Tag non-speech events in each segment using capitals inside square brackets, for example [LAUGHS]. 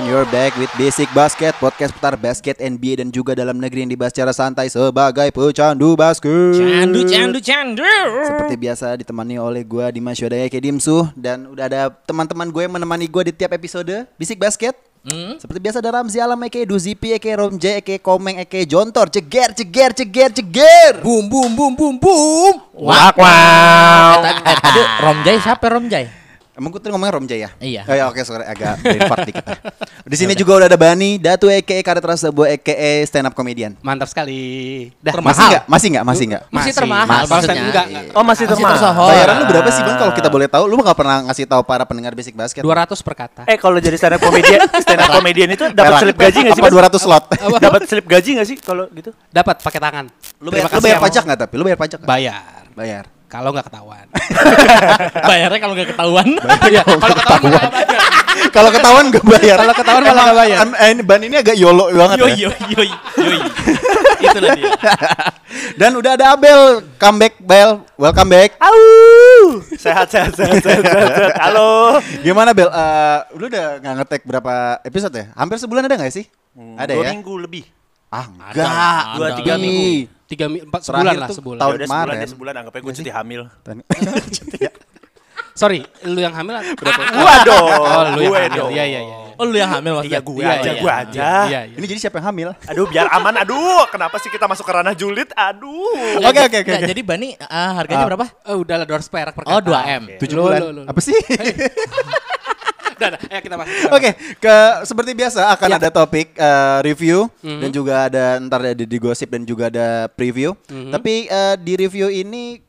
You're back with Basic Basket Podcast putar basket NBA dan juga dalam negeri yang dibahas secara santai sebagai pecandu basket Candu, candu, candu. Seperti biasa ditemani oleh gue Dimas Yodaya Kedimsu Dan udah ada teman-teman gue yang menemani gue di tiap episode Bisik Basket Hmm? Seperti biasa ada Ramzi Alam Eke Duzipi Eke Romje Eke Komeng Eke Jontor Ceger ceger ceger ceger Boom boom boom boom boom. Wak wak. Eh, Aduh, Romjai siapa Romjai? Emang gue tadi ngomongnya Romja ya? Iya. Oh, ya oke sorry [LAUGHS] agak brain fart dikit. Di sini juga udah ada Bani, Datu Eke Karet Rasa Bu Eke stand up comedian. Mantap sekali. Dah. Masih enggak? Masih enggak? Masih enggak? Masih termahal Kalau stand- maksudnya. enggak, enggak. Oh masih Masih termahal. tersohor. Bayaran lu berapa sih Bang kalau kita boleh tahu? Lu nggak pernah ngasih tahu para pendengar Basic Basket. 200 per kata. Eh kalau jadi stand up [LAUGHS] comedian, stand up comedian itu dapat Perak. slip gaji enggak sih? Apa Mas? 200 slot? Dapat slip gaji enggak sih kalau gitu? Dapat pakai tangan. [LAUGHS] Lu bayar, lu Terima kasih bayar yang- pajak nggak tapi? Lu bayar pajak nggak? Bayar. Bayar. Kalau Iya, nggak ketahuan. Bayarnya kalau nggak ketahuan. Iya, [LAUGHS] kalau ketahuan malah nggak bayar. Kalau ketahuan gak bayar. Kalau ketahuan malah nggak bayar. An- an- Ban ini agak yolo banget Yoi, ya. [LAUGHS] yoi, yoi, yoi. Itulah dia. Dan udah ada Abel comeback Bel. Welcome back. Au! Sehat sehat sehat sehat. sehat, sehat. Halo. Gimana Bel? Eh, lu udah nggak ngetek berapa episode ya? Hampir sebulan ada nggak sih? Hmm, ada Dua ya? minggu lebih. Ah enggak. Dua, Tapi- tiga minggu. Tiga mi- empat Terakhir sebulan lah tuh Ya tahun- sebulan. udah sebulan kemarin. deh sebulan anggapnya gue cuti hamil. [LAUGHS] [LAUGHS] Iya, Sorry, lu yang hamil atau- Gua dong. Oh, lu yang Gue hamil. dong. Iya iya iya. Oh lu yang hamil Iya maksudnya? gue Iya, aja, iya, gue iya, aja. Iya, iya. Ini jadi siapa yang hamil? Aduh biar aman. Aduh, kenapa sih kita masuk ke ranah julid? Aduh. Oke, oke, oke, Iya, Nggak, oke. Jadi Bani ah, harganya Ah. berapa? Eh, udah lah 200 perak per kata. Oh 2 m. Tujuh Lu, bulan. lu, lu, lu. Apa sih? [LAUGHS] Udah, udah. Ayo kita masuk. Iya. Oke, ke seperti biasa akan ada topik eh, review Mhm. dan juga ada ntar ada di gosip dan juga ada preview. Mhm. Tapi eh, di review ini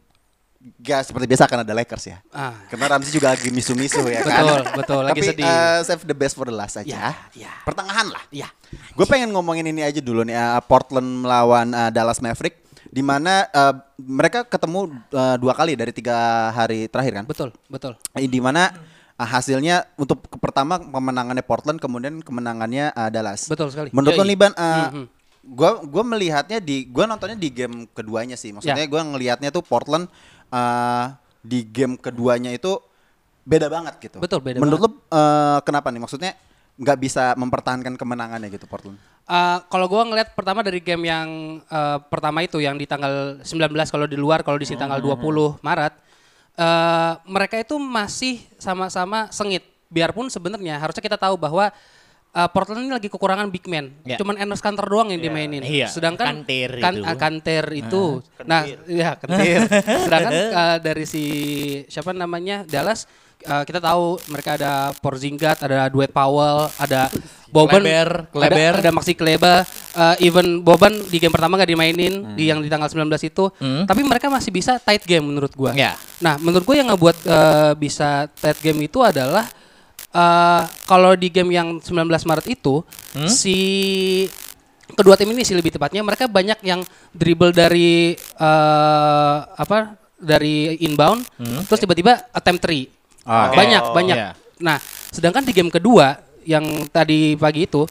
gak seperti biasa akan ada Lakers ya. Ah. Karena Ramzi juga lagi misu-misu ya kan. Betul, betul, lagi Tapi, sedih. Ya, eh, save the best for the last aja. Pertengahan lah. Iya. Gue pengen ngomongin ini aja dulu nih eh, Portland melawan eh, Dallas Maverick di mana eh, mereka ketemu eh, dua kali dari tiga hari terakhir kan? Betul, betul. Eh, di mana ah, hasilnya untuk ke- pertama kemenangannya Portland kemudian kemenangannya ah, Dallas. Betul sekali. Iya, Hmm, Menurut lo Yoi. nih Ban, ah, gua gua melihatnya di gua nontonnya di game keduanya sih. Maksudnya Ya. gua ngelihatnya tuh Portland ah, di game keduanya itu beda banget gitu. Betul, beda Menurut lo eh, kenapa nih? Maksudnya nggak bisa mempertahankan kemenangannya gitu Portland. Eh, kalau gua ngelihat pertama dari game yang eh, pertama itu yang di tanggal 19 kalau di luar kalau di sini Hmm. tanggal 20 Maret eh, mereka itu masih sama-sama sengit biarpun sebenarnya harusnya kita tahu bahwa eh, Portland ini lagi kekurangan big man Ya. cuman Enes Kanter doang yang dimainin Iya. sedangkan Kanter itu. ah, Kanter itu nah ya [LAUGHS] Kanter sedangkan eh, dari si siapa namanya Dallas eh, kita tahu mereka ada Porzingat, ada Dwight Powell, ada Boban, ada- Kleber, Kleber. ada Maxi Kleba, uh, even Boban di game pertama nggak dimainin di yang di tanggal 19 itu, tapi mereka masih bisa tight game menurut gua. Ya. Nah, menurut gua yang ngebuat uh, bisa tight game itu adalah uh, kalau di game yang 19 Maret itu si kedua tim ini sih lebih tepatnya mereka banyak yang dribble dari uh, apa dari inbound terus tiba-tiba attempt three. Ah, oke. Banyak, banyak. Iya. Nah, sedangkan di game kedua yang tadi pagi itu,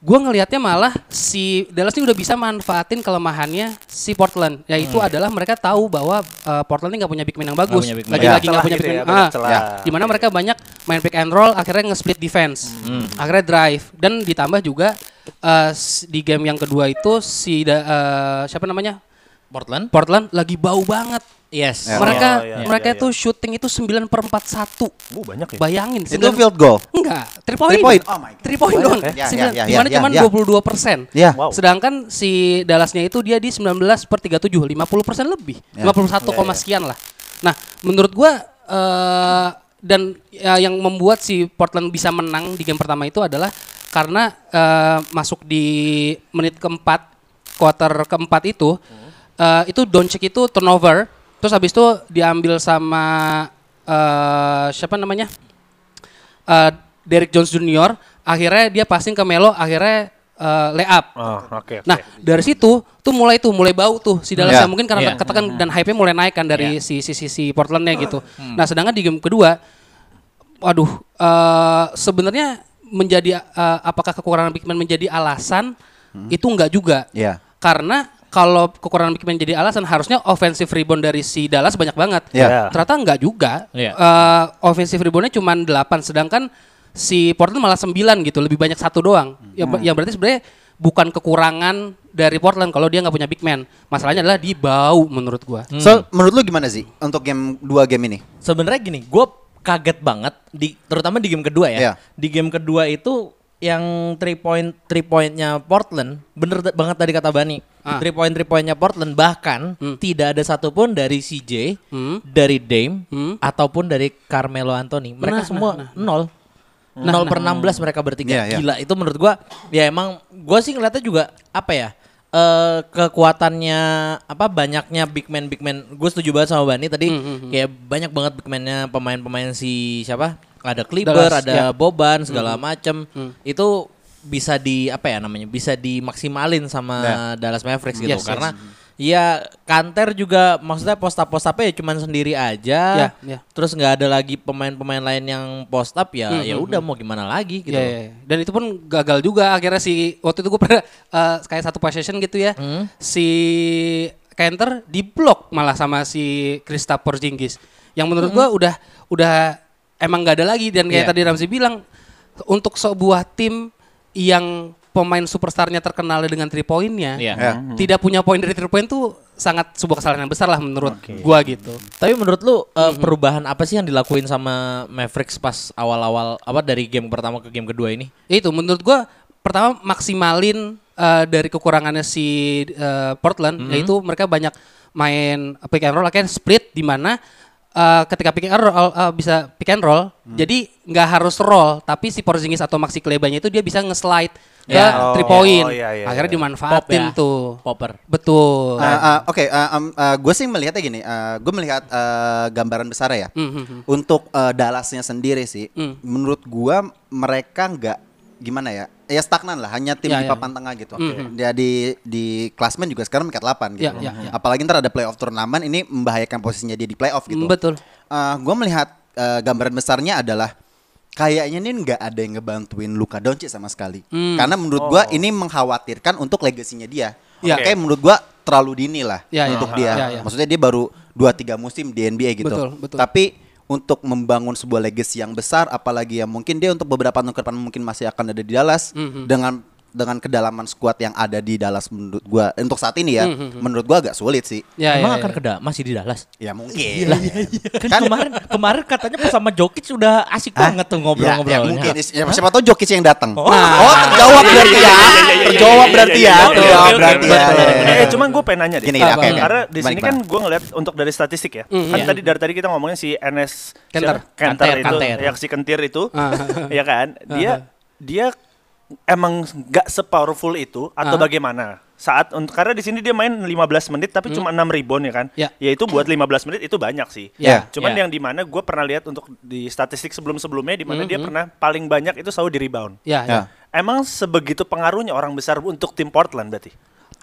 gue ngelihatnya malah si Dallas ini udah bisa manfaatin kelemahannya si Portland, yaitu Hmm. adalah mereka tahu bahwa uh, Portland ini nggak punya big man yang bagus, Nggak punya big man. lagi-lagi Ya. nggak punya Celah big man, gitu ya, banyak Ah, celah. ya. di mana mereka banyak main pick and roll, akhirnya nge-split defense, Hmm. akhirnya drive, dan ditambah juga uh, s- di game yang kedua itu si da- uh, siapa namanya Portland. Portland lagi bau banget. Yes. Ya. Mereka Oh, iya, iya, mereka iya. itu shooting itu 9 per 41. Uh, banyak ya. Bayangin Itu 9 field goal. Enggak, three point. Three point. Oh my God. Three point Banyak doang. ya? Ya, Sembilan- ya, ya, Dimana ya, cuman ya. 22 persen. Ya. Wow. Sedangkan si Dallasnya itu dia di 19 per 37, 50 persen lebih. Ya. 51 koma sekian lah. Nah, menurut gua eh dan ya, yang membuat si Portland bisa menang di game pertama itu adalah karena eh, masuk di menit keempat, quarter keempat itu, eh, itu Doncic itu turnover, terus habis itu diambil sama eh siapa namanya? eh Derek Jones Junior akhirnya dia passing ke Melo akhirnya eh, layup. Ah, oke. oke. Nah dari situ tuh mulai tuh mulai bau tuh si Dallas Iya, ya, mungkin karena iya. ketekan Hmm. dan hype-nya mulai naik kan dari Iya. si si si, si Portlandnya gitu. Nah sedangkan di game kedua, waduh eh, sebenarnya menjadi eh, apakah kekurangan Big Man menjadi alasan itu enggak juga. Iya. Karena kalau kekurangan Big Man jadi alasan harusnya offensive rebound dari si Dallas banyak banget. Iya. Ternyata enggak juga. Iya. Eh, offensive reboundnya cuma 8 sedangkan si Portland malah 9 gitu, lebih banyak satu doang. Ya, ber- ya berarti sebenarnya bukan kekurangan dari Portland kalau dia nggak punya big man. Masalahnya adalah di bau menurut gua. So menurut lu gimana sih untuk game dua game ini? Sebenarnya gini, gue kaget banget di terutama di game kedua ya. Iya. Di game kedua itu yang three point three pointnya Portland bener da- banget tadi kata Bani. Ah. Three point three pointnya Portland bahkan Hmm. tidak ada satupun dari CJ, Hmm. dari Dame Hmm. ataupun dari Carmelo Anthony. Mereka Nah, semua nol. nol per 16 mereka bertiga. Iya, iya. Gila, itu menurut gua ya emang gua sih ngeliatnya juga apa ya? eh kekuatannya apa banyaknya big man big man gue setuju banget sama Bani tadi Hmm, kayak banyak banget big man-nya pemain-pemain si siapa ada Clipper Dallas, ada Hmm, Boban segala macem itu bisa di apa ya namanya bisa dimaksimalin sama Ya. Dallas Mavericks gitu Yes, karena ya Kanter juga maksudnya post up post up ya cuman sendiri aja Ya, ya. terus nggak ada lagi pemain-pemain lain yang post up ya Hmm, ya udah mau gimana lagi gitu Iya, iya, iya. Dan itu pun gagal juga akhirnya si waktu itu gue pernah [LAUGHS] eh, kayak satu possession gitu ya. Hmm. Si Kenter diblok malah sama si Kristaps Porzingis. Yang menurut gua udah udah emang nggak ada lagi dan kayak Hmm. Iya. tadi Ramzi bilang untuk sebuah tim yang pemain superstarnya terkenal dengan three pointnya Iya. Ya. tidak punya poin dari three point tuh sangat sebuah kesalahan yang besar lah menurut gua gitu. Tapi menurut lu Hmm, eh, perubahan apa sih yang dilakuin sama Mavericks pas awal-awal apa dari game pertama ke game kedua ini? Ya itu menurut gua pertama maksimalin eh, dari kekurangannya si eh, Portland Hmm. yaitu mereka banyak main pick and roll akhirnya split di mana eh, ketika pick and roll eh, bisa pick and roll Hmm. jadi nggak harus roll tapi si Porzingis atau Maxi Klebanya itu dia bisa nge-slide ke Ya. three Oh, point iya, iya, akhirnya iya. Nah, dimanfaatin Pop ya. tuh Popper. betul Uh, uh, Oke, gue sih melihatnya gini. gue melihat uh, gambaran besarnya ya. Hmm, Untuk uh, Dallasnya sendiri sih, menurut gue mereka nggak gimana ya, ya stagnan lah. Hanya tim Ya, di ya, papan tengah gitu. Dia di di klasmen juga sekarang peringkat 8 gitu. Ya, ya, ya. Apalagi ntar ada playoff turnamen, ini membahayakan posisinya dia di playoff gitu. Mm, betul gue melihat uh, gambaran besarnya adalah kayaknya ini nggak ada yang ngebantuin Luka Doncic sama sekali. Hmm. Karena menurut gua ini mengkhawatirkan untuk legasinya dia. Iya. Kayak menurut gua terlalu dini lah Ya, ya. untuk Aha. dia. Ya, ya. Maksudnya dia baru 2 3 musim di NBA gitu. Betul, betul. Tapi untuk membangun sebuah legacy yang besar apalagi yang mungkin dia untuk beberapa tahun ke depan mungkin masih akan ada di Dallas Mhm. dengan dengan kedalaman skuad yang ada di Dallas menurut gua untuk saat ini Mhm, ya menurut gua agak sulit sih. ya Emang ya, akan ya. ke Da- masih di Dallas. Ya mungkin. kan kemarin kemarin katanya pas sama Jokic udah asik banget Ya, tuh ya, ngobrol-ngobrolnya. mungkin ya, siapa tahu Jokic yang datang. Oh. Nah. Oh, terjawab berarti ya. Terjawab berarti ya. Iya, iya, iya, iya, iya, iya, iya, iya, iya, iya, Terjawab iya, berarti iya, ya. iya, iya, iya. Eh, cuman gue pengen nanya deh. Ah, Gini, gini, oke, oke. Karena di sini Gimana, kan gue ngeliat untuk dari statistik ya. Mm-hmm. Kan Iya. tadi dari tadi kita ngomongin si NS Kenter. siapa? Kenter Kanter, itu, Kanter. ya si Kentir itu, [LAUGHS] Ah. ya kan? Dia dia emang nggak sepowerful itu atau Ah. bagaimana? Saat untuk karena di sini dia main 15 menit tapi cuma 6 rebound ya kan? Hmm. Ya. itu buat 15 menit itu banyak sih. Ya. Cuman Ya. yang di mana gue pernah lihat untuk di statistik sebelum-sebelumnya di Hmm, mana dia pernah paling banyak itu selalu di rebound. ya, ya. Ya. Emang sebegitu pengaruhnya orang besar untuk tim Portland berarti?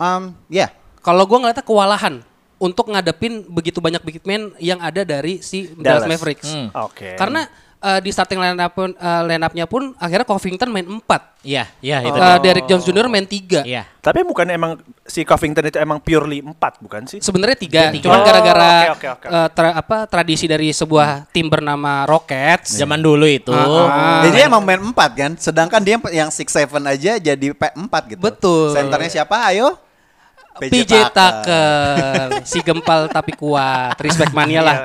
Um, ya. Kalau gue ngeliatnya kewalahan untuk ngadepin begitu banyak big man yang ada dari si Dallas, Dallas. Mavericks. Hmm. Oke. Karena eh, di starting line up pun eh, line up-nya pun akhirnya Covington main 4. Iya, iya itu. Eh, Derek Jones Jr main 3. Iya. tapi bukan emang si Covington itu emang purely 4 bukan sih? Sebenarnya 3, Tiga. cuman Oh, gara-gara oke, oke, oke. eh, tra- apa tradisi dari sebuah tim bernama Rockets. Zaman dulu itu. Ah, ah. Jadi dia emang main 4 kan, sedangkan dia yang 6 7 aja jadi P4 gitu. Betul. Senternya siapa? Ayo. PJ Tucker. Tucker, si gempal tapi kuat, respect mania lah.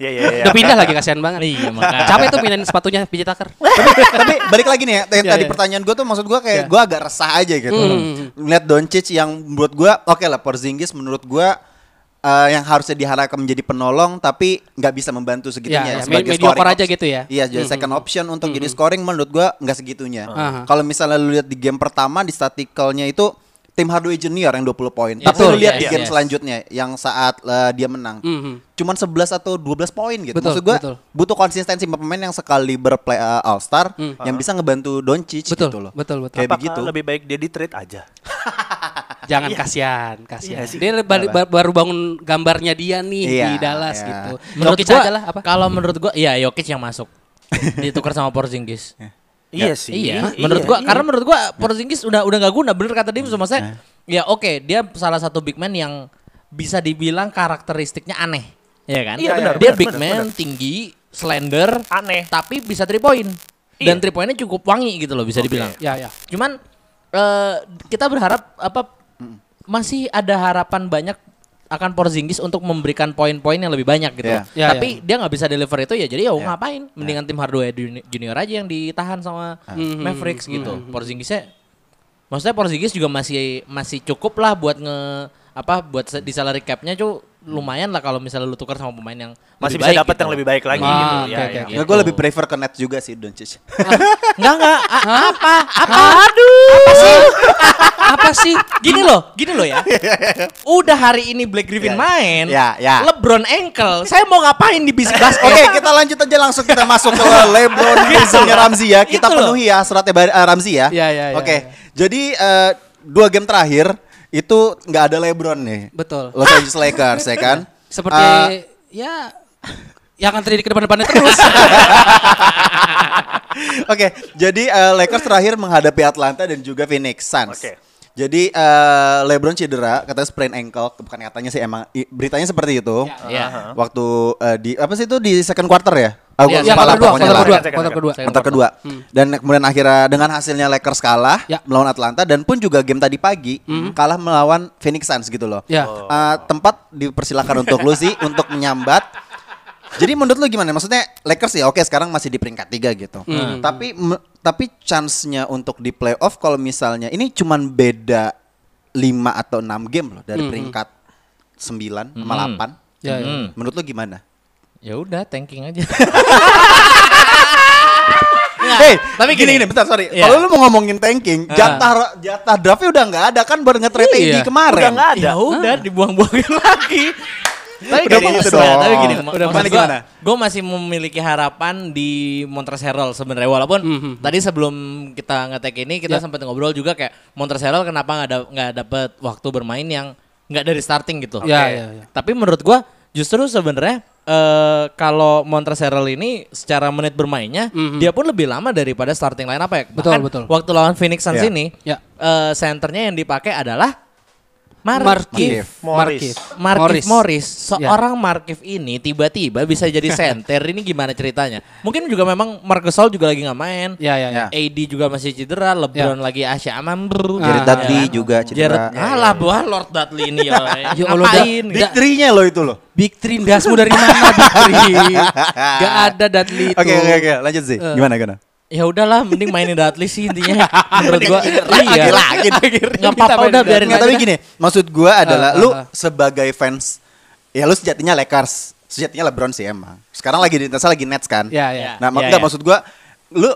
Iya iya iya. Udah pindah lagi kasihan banget. Iya, makanya. Capek tuh pindahin sepatunya PJ Tucker. tapi, tapi balik lagi nih ya, yang Iya, tadi iya. pertanyaan gue tuh maksud gue kayak Iya. Hmm. gue agak resah aja gitu. Melihat Doncic yang menurut gue, oke lah Porzingis menurut gue eh, yang harusnya diharapkan menjadi penolong tapi nggak bisa membantu segitunya Iya, iya. Mediocre aja option. gitu ya. Hmm. Iya, jadi second option untuk jadi scoring menurut gue nggak segitunya. Hmm. Aha. Kalau misalnya lu lihat di game pertama di staticalnya itu tim Hardaway Junior yang 20 poin. Iya, Tapi lu betul. lihat Yes, di game yes. selanjutnya yang saat eh, dia menang. Mhm. Cuman 11 atau 12 poin gitu. Betul, Maksud gue betul. butuh konsistensi pemain yang sekali berplay All Star yang bisa ngebantu Doncic Hmm. Betul, gitu loh. betul, Kayak betul. Ah. Apakah begitu. lebih gitu. baik dia di trade aja? Jangan kasihan, kasihan. Iya sih. dia baru, baru- baru bangun gambarnya dia nih Iya, di Dallas iya. gitu. Menurut Jokic gua, aja lah apa? Kalau menurut gua iya Jokic yang masuk. [LAUGHS] Ditukar sama Porzingis. Iya sih. Iya, menurut gua karena menurut gua Porzingis udah udah nggak guna. Bener kata dia sama saya. Ya oke, dia salah satu big man yang bisa dibilang karakteristiknya aneh. Iya kan? Iya, benar, dia benar, big benar, man, tinggi, slender, Aneh. tapi bisa three point. dan three point-nya cukup wangi gitu loh bisa dibilang. Ya ya. Iya. Cuman eh, kita berharap apa masih ada harapan banyak akan Porzingis untuk memberikan poin-poin yang lebih banyak gitu. Iya. Iya, Tapi dia nggak bisa deliver itu ya jadi ya Iya. ngapain? Mendingan tim Hardaway Juni- Junior aja yang ditahan sama Iya. Hmm, Mavericks gitu. Porzingisnya maksudnya Porzingis juga masih masih cukup lah buat nge apa buat se- di salary cap-nya cu lumayan lah kalau misalnya lu tukar sama pemain yang Masih lebih bisa baik dapat gitu. yang lebih baik lagi Ah, gitu. oke, Ya, oke, ya. oke. Gue lebih prefer ke Nets juga sih Doncic. Enggak enggak. A- apa? Apa? Aduh. Apa sih? Apa sih? Gini loh, gini loh ya. Udah hari ini Black Ya, Griffin main. ya, ya. LeBron ankle. Saya mau ngapain di [LAUGHS] bisik Oke, basket? kita lanjut aja langsung kita masuk [LAUGHS] ke LeBron Gitu Jamesnya Ramzi ya. Kita Gitu loh. penuhi ya suratnya Bar- eh, Ramzi ya. Ya, ya, ya, Oke, ya. jadi eh, dua game terakhir itu nggak ada LeBron nih. Betul. Los Angeles Lakers ya kan. [LAUGHS] Seperti Eh, ya yang akan terjadi ke depan-depannya terus. Oke, jadi eh, Lakers terakhir menghadapi Atlanta dan juga Phoenix Suns. Oke. Jadi eh, LeBron cedera, katanya sprain ankle, bukan katanya sih emang i- beritanya seperti itu. Ya. Waktu eh, di apa sih itu di second quarter ya? Aku Iya, yang lupa lah kedua, pokoknya kedua, lah. kedua, Second, kedua, kedua. Hmm. second. Quarter kedua. Dan kemudian akhirnya dengan hasilnya Lakers kalah Ya. Hmm. melawan Atlanta dan pun juga game tadi pagi kalah melawan Phoenix Suns gitu loh. Ya. Eh, tempat dipersilakan untuk lu sih untuk menyambat. Jadi menurut lu gimana? Maksudnya Lakers ya oke sekarang masih di peringkat tiga gitu. Hmm. Tapi me- tapi chance-nya untuk di playoff kalau misalnya ini cuman beda 5 atau 6 game loh Hmm. dari peringkat 9 sama 8. Ya, Hmm. ya. Menurut lu gimana? Hmm, Ya udah, tanking aja. Hey, tapi tapi gini gini. gini, bentar sorry. Iya. Kalau lu mau ngomongin tanking, jatah jatah draftnya udah nggak ada kan buat nge-trade AD Iya. kemarin. Udah nggak ada. Ya udah, dibuang-buangin lagi. Tapi Udah gini, bagus maksud gua- dong. tapi gini, Udah balik gimana? Gue masih memiliki harapan di Montrezl Harrell sebenarnya walaupun Hmm, tadi sebelum kita ngetek Ya. ini kita sempat ngobrol juga kayak Montrezl Harrell kenapa nggak ada nggak dapet waktu bermain yang nggak dari starting gitu. Ya, ya, Oke. ya. Tapi menurut gua justru sebenarnya eh, kalau Montrezl Harrell ini secara menit bermainnya dia pun lebih lama daripada starting line apa ya. Hmm, Betul, Bahkan betul. Waktu lawan Phoenix Suns Ya. ini Ya. eh, senternya yang dipakai adalah Markif, Markif. Morris. Markif Morris. Ya. seorang Markif ini tiba-tiba bisa jadi center ini gimana ceritanya? Mungkin juga memang Marcus Gasol juga lagi nggak main. Ya, ya, ya. Ya. AD juga masih cedera, LeBron lagi Asia Amam. Jared Ah, Dudley juga Jared, cedera. Iya, alah buah Lord Dudley ini ya. Ya Allah, Ngapain? Da- Big three-nya lo itu loh. Big Three dasmu dari mana Big Three? Gak ada Dudley itu. Oke oke oke, lanjut sih. Gimana gimana? Ya udahlah, mending mainin Dudley sih intinya. Menurut gua, Lagi iya. lagi. Nggak apa-apa mainin udah Dudley. biarin Nggak, aja. tapi dah. gini, maksud gua adalah Ah, lu ah, ah. sebagai fans ya lu sejatinya Lakers, sejatinya LeBron sih emang. Sekarang lagi di Nets lagi Nets kan. Ya, ya. Nah, mak- Ya, nggak, ya. maksud gua lu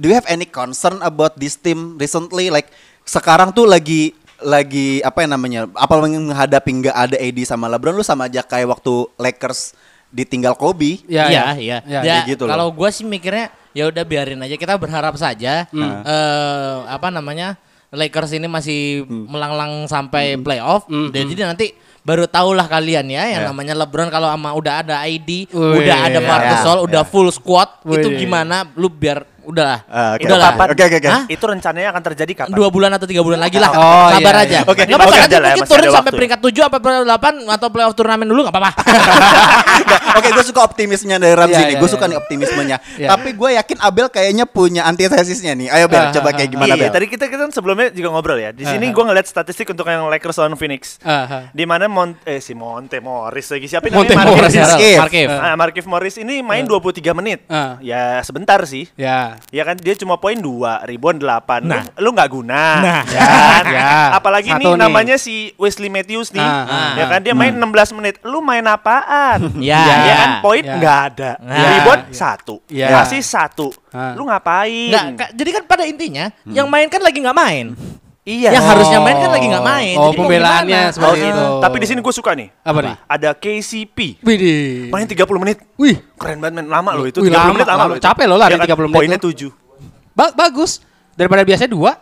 do you have any concern about this team recently like sekarang tuh lagi lagi apa yang namanya apalagi menghadapi nggak ada AD sama LeBron lu sama aja kayak waktu Lakers ditinggal Kobe Ya, iya, ya. iya. Ya, Ya, kayak gitu loh. kalau gua sih mikirnya ya udah biarin aja kita berharap saja eh, apa namanya Lakers ini masih melanglang sampai playoff. Jadi nanti baru tahulah kalian ya yang namanya LeBron kalau ama udah ada ID, Wih, udah ada ya, Marcus ya. Gasol, udah full squad itu Wih. gimana? Lu biar udahlah. Ah, oke. Itu Udahlah. kapan? Oke, oke, oke. Hah? Itu rencananya akan terjadi kapan? Dua bulan atau tiga bulan lagi lah. Oh, Sabar iya, aja. iya. Oke, Nggak apa-apa oke, nanti udah lah, mungkin masih turun ada sampai waktu. peringkat 7 apa peringkat 8 atau playoff turnamen dulu nggak apa-apa. Nggak, [LAUGHS] Oke, gue suka optimisnya dari Ramzi Iya, nih. iya, Gue suka iya. nih optimisnya. Iya. Tapi gue yakin Abel kayaknya punya antitesisnya nih. Ayo Bel, Ah, coba kayak gimana iya, Bel? tadi kita kita kan sebelumnya juga ngobrol ya. Eh, Di sini gua ngeliat statistik untuk yang Lakers lawan Phoenix. Aha. Di mana Mon eh si Monte Morris lagi siapa Monte namanya? Markieff. Morris. Markieff. Markieff. Ah, Markieff Morris ini Eh. main 23 menit. Ah. Ya sebentar sih. Ya. Ya kan dia cuma poin 2, ribuan 8. Nah. Lu, lu nggak guna. Nah. Ya kan? Ya. Apalagi nih Satu nih. namanya si Wesley Matthews nih. Ah, ah, ya kan dia main 16 menit. Lu main [LAUGHS] apaan? Ya. Ya kan poin Ya. nggak ada. Ya. Ribuan satu. Ya. Kasih satu. Ah. Lu ngapain? Nggak, ka- jadi kan pada intinya Hmm. yang main kan lagi nggak main. Nah, Iya. Yang harusnya main kan lagi nggak main. Oh, Jadi mau pembelaannya gimana? seperti Oh, itu. Tapi di sini gue suka nih. Apa nih? Ada KCP. Widih. Main 30 menit. Wih, Keren banget men. Lama loh itu. Wih, 30 lama, menit lama, lama. loh. itu. Capek loh lari Iya kan? 30 menit Poinnya tuh. [LAUGHS] 7. ba- bagus. Daripada biasanya dua.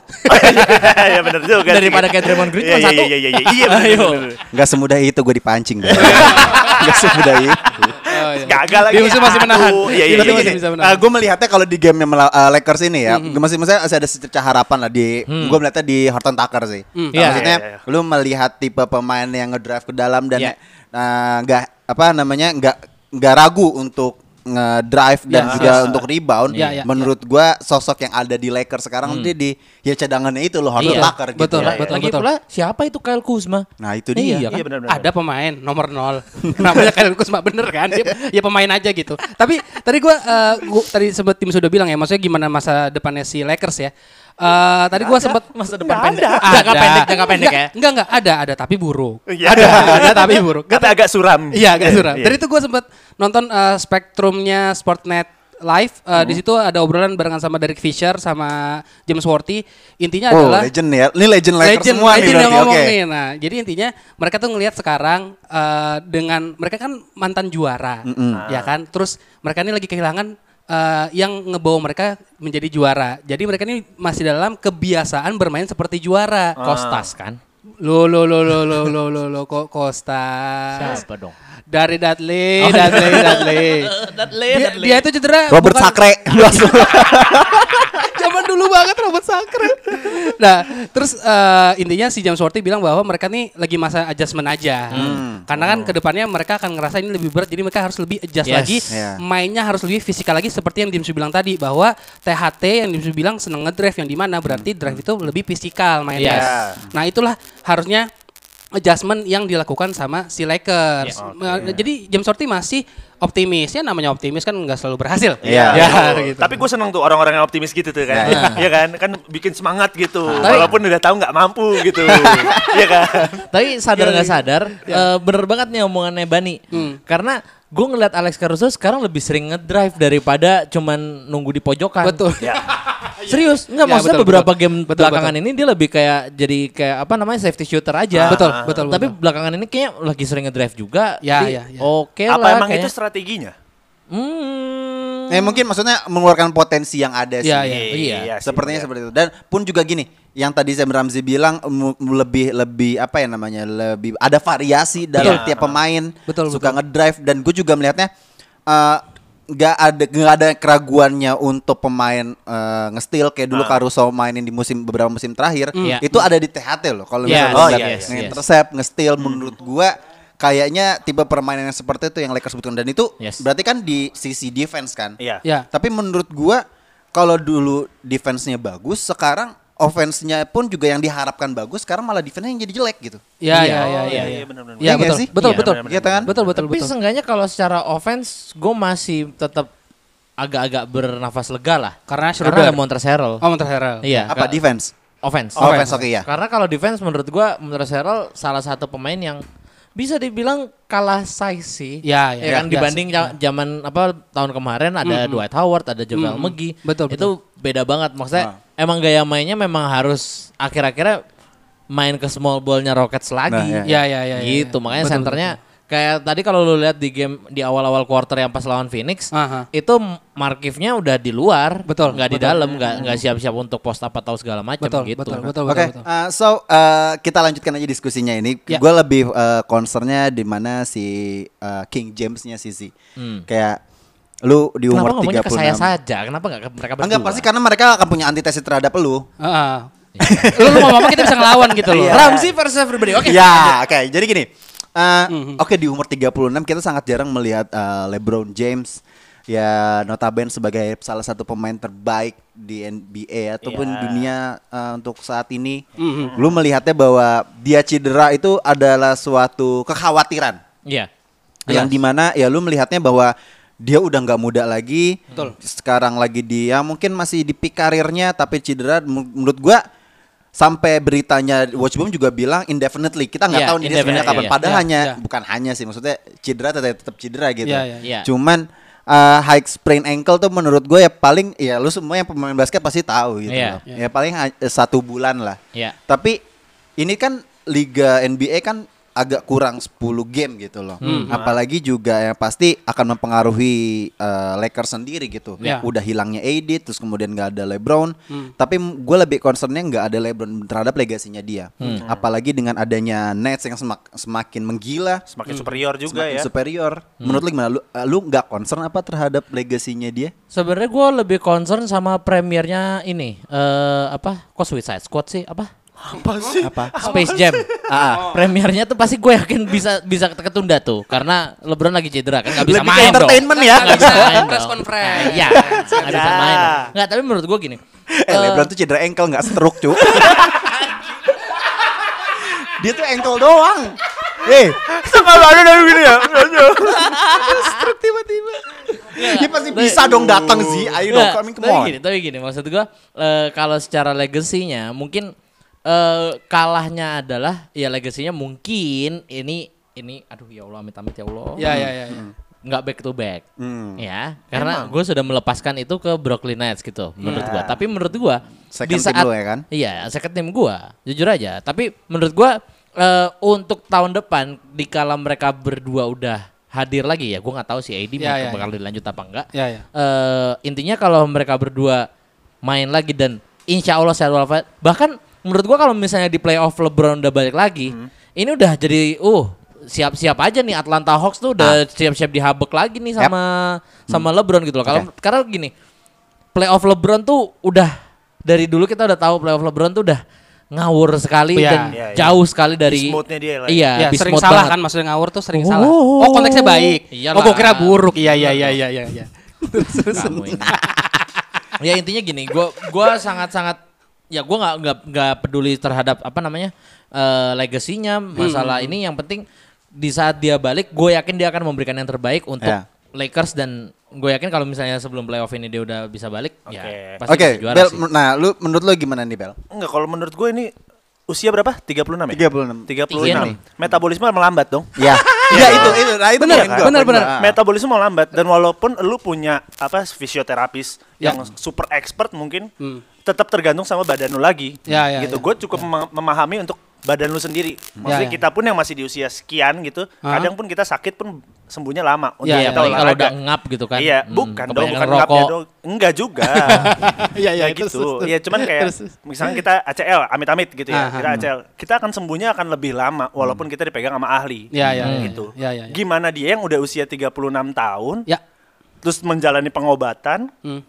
ya benar juga. Daripada kayak Draymond Green Iya, cuma iya, satu. Iya iya iya iya. bener, Ayo. bener, bener. Nggak semudah itu gue dipancing. Bel. Nggak semudah itu. Oh, [LAUGHS] iya. Gagal lagi. Dia masih masih Aduh, menahan. Iya iya Dia Tapi iya. masih gini, bisa menahan. gue ah, melihatnya kalau di game yang mela- eh, Lakers ini ya, gue masih masih masih ada secerca harapan lah di. Hmm. Gue melihatnya di Horton Tucker sih. Mm. Nah, Iya. Maksudnya Iya, iya, lu melihat tipe pemain yang ngedrive ke dalam dan ah, Iya. eh, nggak apa namanya nggak nggak ragu untuk ngedrive dan Yes, juga yes. untuk rebound. Iya, iya, Hmm. Menurut gua sosok yang ada di Lakers sekarang dia di ya cadangannya itu loh Horton Iya, Tucker gitu. betul, Iya, betul. Lagi pula siapa itu Kyle Kuzma? Nah, itu dia. Iya, kan? Iya benar-benar. Ada pemain nomor nol. [LAUGHS] Namanya Kyle Kuzma bener kan? Dia, ya pemain aja gitu. Tapi tadi gua, eh, gua tadi sempat tim sudah bilang ya, maksudnya gimana masa depannya si Lakers ya. Eh, tadi gua sempat masa depan Nggak pendek. ada. Jangka pendek, jangka pendek ya. Enggak, enggak, enggak, ada, ada tapi buruk. Iya. Ada, ada tapi buruk. Kata agak suram. Iya, agak Eh, suram. iya. Dari itu gue sempet nonton eh, spektrumnya Sportnet live. Eh, Di situ ada obrolan barengan sama Derek Fisher sama James Worthy. Intinya Oh, adalah legend ya. Ini legend Lakers legend, semua nih legend yang berarti. ngomong Oke. nih. Nah, jadi intinya mereka tuh ngelihat sekarang eh, dengan mereka kan mantan juara, ya kan. Terus mereka ini lagi kehilangan eh, yang ngebawa mereka menjadi juara. Jadi mereka ini masih dalam kebiasaan bermain seperti juara. Kostas kan? Lo lo lo lo lo lo lo lo kok Costa. Siapa dong? Dari Dudley, Dudley, Dudley. [LAUGHS] Dudley, Dia, Dudley. dia itu cedera. Robert bukan- Sacre. [LAUGHS] [LAUGHS] Zaman dulu banget Robert Sacre. Nah, terus eh, intinya si James Worthy bilang bahwa mereka nih lagi masa adjustment aja. Karena kan kedepannya mereka akan ngerasa ini lebih berat, jadi mereka harus lebih adjust Yes. lagi. Iya. Mainnya harus lebih fisikal lagi seperti yang Dimsu bilang tadi bahwa THT yang Dimsu bilang seneng ngedrive yang dimana berarti drive itu lebih fisikal mainnya. Yes. Nah, itulah harusnya adjustment yang dilakukan sama si Lakers. Nah, Jadi James Worthy masih optimis. Ya namanya optimis kan nggak selalu berhasil. Iya. Ya, Betul. gitu. Tapi gue seneng tuh orang-orang yang optimis gitu tuh kan. Nah. Iya kan? Kan bikin semangat gitu. Nah, Tapi- Walaupun udah tahu nggak mampu [LAUGHS] gitu. Iya kan? Tapi sadar Iya. nggak sadar, eh, bener banget nih omongannya Bani. Hmm. Karena gue ngeliat Alex Caruso sekarang lebih sering ngedrive daripada cuman nunggu di pojokan. Betul. Serius, nggak Ya, maksudnya betul, beberapa betul. game Betul, belakangan ini dia lebih kayak jadi kayak apa namanya safety shooter aja. Ah, betul, betul, Tapi betul. belakangan ini kayaknya lagi sering ngedrive juga. Ya, Jadi ya, ya. Oke lah. Apa emang itu kayaknya. strateginya? Hmm. Eh mungkin maksudnya mengeluarkan potensi yang ada sih. Iya, iya. sih, Sepertinya iya. seperti itu. Dan pun juga gini, yang tadi Sam Ramzi bilang mu- lebih lebih apa ya namanya? lebih ada variasi dalam tiap pemain. Betul, suka ngedrive dan gue juga melihatnya eh, nggak ada nggak ada keraguannya untuk pemain eh, nge-steal kayak dulu Caruso mainin di musim beberapa musim terakhir Iya. itu ada di THT loh kalau Yes, misalnya oh, ngeliat iya, iya, nge-intercept, nge-steal menurut gua kayaknya tipe permainan yang seperti itu yang Lakers butuhkan dan itu Yes. berarti kan di sisi defense kan Iya. Ya. tapi menurut gua kalau dulu defense-nya bagus, sekarang offense-nya pun juga yang diharapkan bagus, sekarang malah defense-nya yang jadi jelek gitu. Oh, Ya, ya, ya, iya, ya, iya, ya. benar-benar. Iya Ya, nggak betul, sih? betul, Iya, betul, benar-benar. Iya kan? betul, betul, Tapi betul. seenggaknya kalau secara offense gue masih tetap agak-agak bernafas lega lah. Karena Schroeder. Karena ada Montrezl Harrell. Oh, Montrezl Harrell. Iya. Apa ka- defense? Offense. Offense, oke ya. iya. Karena kalau defense menurut gua menurut Serol salah satu pemain yang bisa dibilang kalah size sih. Ya, ya. kan Ya, dibanding ja- zaman apa tahun kemarin ada Dwight Howard, ada Javel Mm-mm. McGee. Betul, Itu beda banget Nah. maksudnya. Emang gaya mainnya memang harus akhir-akhirnya main ke small ballnya Rockets lagi. Nah, ya, ya. Ya, ya, ya, ya. Gitu, makanya Betul, senternya kayak tadi kalau lu lihat di game di awal-awal quarter yang pas lawan Phoenix, Aha. itu markifnya udah di luar, Betul, nggak di betul. dalam, nggak nggak siap-siap untuk post up atau segala macam Betul, gitu. betul, betul, Oke, betul. uh, so uh, kita lanjutkan aja diskusinya ini. Ya. Gue lebih uh, concernnya di mana si uh, King James-nya Sisi. Hmm. Kayak lu di Kenapa umur ngomongnya 36. ke saya saja? Kenapa nggak ke mereka berdua? Enggak pasti karena mereka akan punya antitesis terhadap lu. Heeh. Lu lu ngomong apa kita bisa ngelawan gitu loh. Iya. Ramzi versus everybody. Oke. Mhm. Ya, oke. Jadi gini. eh, Oke di umur 36 kita sangat jarang melihat eh, LeBron James ya notabene sebagai salah satu pemain terbaik di NBA ataupun Ya. Iya. dunia eh, untuk saat ini. Mhm. Lu melihatnya bahwa dia cedera itu adalah suatu kekhawatiran Iya. yang dimana ya lu melihatnya bahwa dia udah nggak muda lagi sekarang lagi dia mungkin masih di peak karirnya tapi cedera Mu- menurut gua sampai beritanya Watchboom juga bilang indefinitely kita nggak Iya, tahu nih dia sebenarnya kapan indefinitely, iya. padahal Iya, hanya iya. bukan hanya sih maksudnya cedera tetap tetap cedera gitu Iya, iya, iya. cuman eh, high sprain ankle tuh menurut gue ya paling ya lu semua yang pemain basket pasti tahu gitu Iya. loh. ya paling ha- satu bulan lah Iya. tapi ini kan liga NBA kan agak kurang 10 game gitu loh. Hmm. Apalagi juga yang pasti akan mempengaruhi eh, Lakers sendiri gitu. Ya. Hmm. Udah hilangnya AD terus kemudian nggak ada LeBron. Tapi gue lebih concernnya nggak ada LeBron terhadap legasinya dia. Hmm. Apalagi dengan adanya Nets yang semak- semakin menggila, Semakin Hmm. superior juga semakin ya. superior. Menurut lu gimana? Lu eh, lu nggak concern apa terhadap legasinya dia? Sebenarnya gue lebih concern sama premiernya ini eh apa? Kok Suicide Squad sih? Apa? Apa sih? Apa? Space [LAUGHS] Jam. Ah, Premiernya tuh pasti gue yakin bisa bisa ketunda tuh karena LeBron lagi cedera kan nggak Lebih bisa ke main bro. entertainment ya. Nggak bisa main, press bro. conference. Nah, Iya, nggak bisa Ya. main. Iya. Nggak, tapi menurut gue gini. Eh, eh, Lebron tuh cedera ankle nggak stroke, cu. Dia tuh ankle doang. Eh, Sama baru dari gini ya. stroke tiba-tiba. Ya, Dia pasti bisa dong datang sih. Ayo dong, Nggak, kami come Nah, Ya, tapi on. gini, tapi gini maksud gua eh, kalau secara legasinya mungkin eh, kalahnya adalah ya legasinya mungkin ini ini aduh ya Allah amit amit ya Allah. Ya ya ya. ya. nggak back to back. Hmm. Ya, karena gue sudah melepaskan itu ke Brooklyn Nets gitu menurut gua. Tapi menurut gua Ya. Second team lo ya kan? Iya, second team gua. Jujur aja, tapi menurut gua eh, untuk tahun depan dikala mereka berdua udah hadir lagi ya, gua nggak tahu si AD Ya, bakal- ya, bakal dilanjut apa enggak. Ya, ya. Eh, intinya kalau mereka berdua main lagi dan insya Allah sehat walafiat bahkan menurut gua kalau misalnya di playoff LeBron udah balik lagi Hmm. ini udah jadi uh siap-siap aja nih Atlanta Hawks tuh Ah. udah siap-siap dihabek lagi nih sama Hmm. sama LeBron gitu loh kalau karena gini playoff LeBron tuh udah dari dulu kita udah tahu playoff LeBron tuh udah ngawur sekali Iya. dan Iya, iya. jauh sekali dari Beast mode-nya dia lah. iya Ya, beast sering mode salah banget. kan maksudnya ngawur tuh sering Oh. salah. Oh, konteksnya baik. Iyalah. Oh, gua kira buruk. Iya iya iya iya iya iya. Nah, kamu ini. [LAUGHS] ya intinya gini, gua gua sangat-sangat ya gua nggak nggak nggak peduli terhadap apa namanya eh legasinya Hmm. masalah ini yang penting di saat dia balik gue yakin dia akan memberikan yang terbaik untuk Ya. Lakers dan gue yakin kalau misalnya sebelum playoff ini dia udah bisa balik ya Oke. pasti Oke, bisa juara Bel, sih. men- nah lu menurut lu gimana nih, Bel? Enggak, kalau menurut gue ini usia berapa? 36 ya? 36. 36. Metabolisme melambat dong. Ya. Ya itu itu. Nah, itu Bener, poin gua, bener, poin bener. gua. Ah. Metabolisme melambat dan walaupun lu punya apa fisioterapis Ya. yang super expert mungkin tetap tergantung sama badan lu lagi. Hmm. Ya, ya, gitu. ya. Gue cukup mema- memahami untuk badan lu sendiri. Maksudnya Ya, ya. kita pun yang masih di usia sekian gitu, Ah. kadang pun kita sakit pun sembuhnya lama untuk Iya, Ya, kita apalagi kalau olahraga. udah ngap gitu kan. Iya, Hmm, bukan dong, kebanyakan bukan ngapnya rokok. dong. Enggak [LAUGHS] juga. Iya, iya, Ya terus, gitu. terus, Ya cuman kayak terus, Ah, terus. misalnya kita ACL, amit-amit gitu ya. Aha. Kita ACL, kita akan sembuhnya akan lebih lama walaupun kita dipegang sama ahli. Iya iya iya. gitu. Iya Ya, iya. iya. Gimana dia yang udah usia 36 tahun Ya. terus menjalani pengobatan Hmm.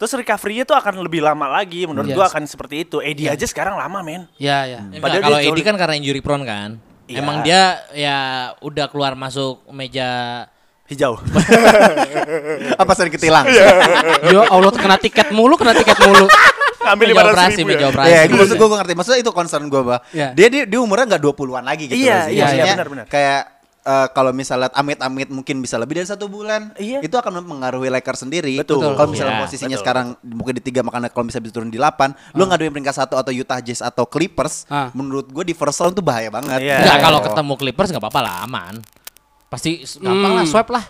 terus recovery-nya tuh akan lebih lama lagi menurut Yes. gua akan seperti itu. Eh dia aja sekarang lama, men. Ya ya. Enggak, Padahal kalau dia jauh Edi lebih- kan karena injury prone kan. Iya. Emang dia ya udah keluar masuk meja Hijau. Iya. Apa sering ketilang? Yo Ya Allah kena tiket mulu, kena tiket mulu. Ambil 500 meja operasi, ribu meja ya. operasi. gitu Iya, gue maksud gue ngerti. Maksudnya itu concern gue, bah. Iya. Dia, dia dia umurnya nggak 20-an lagi gitu. Iya, loh sih. iya, Maksudnya iya, benar, benar. Kayak eh, kalau misalnya amit-amit mungkin bisa lebih dari satu bulan, Iya. itu akan mempengaruhi Lakers sendiri. Betul. Kalau misalnya Iya, posisinya betul. sekarang mungkin di tiga, makanya kalau bisa bisa turun di 8 lu ngaduin peringkat satu atau Utah Jazz atau Clippers, Ah. menurut gue di first round tuh bahaya banget. Iya. Enggak, Eh. kalau ketemu Clippers nggak apa-apa lah, aman. Pasti s- gampang lah, swipe lah.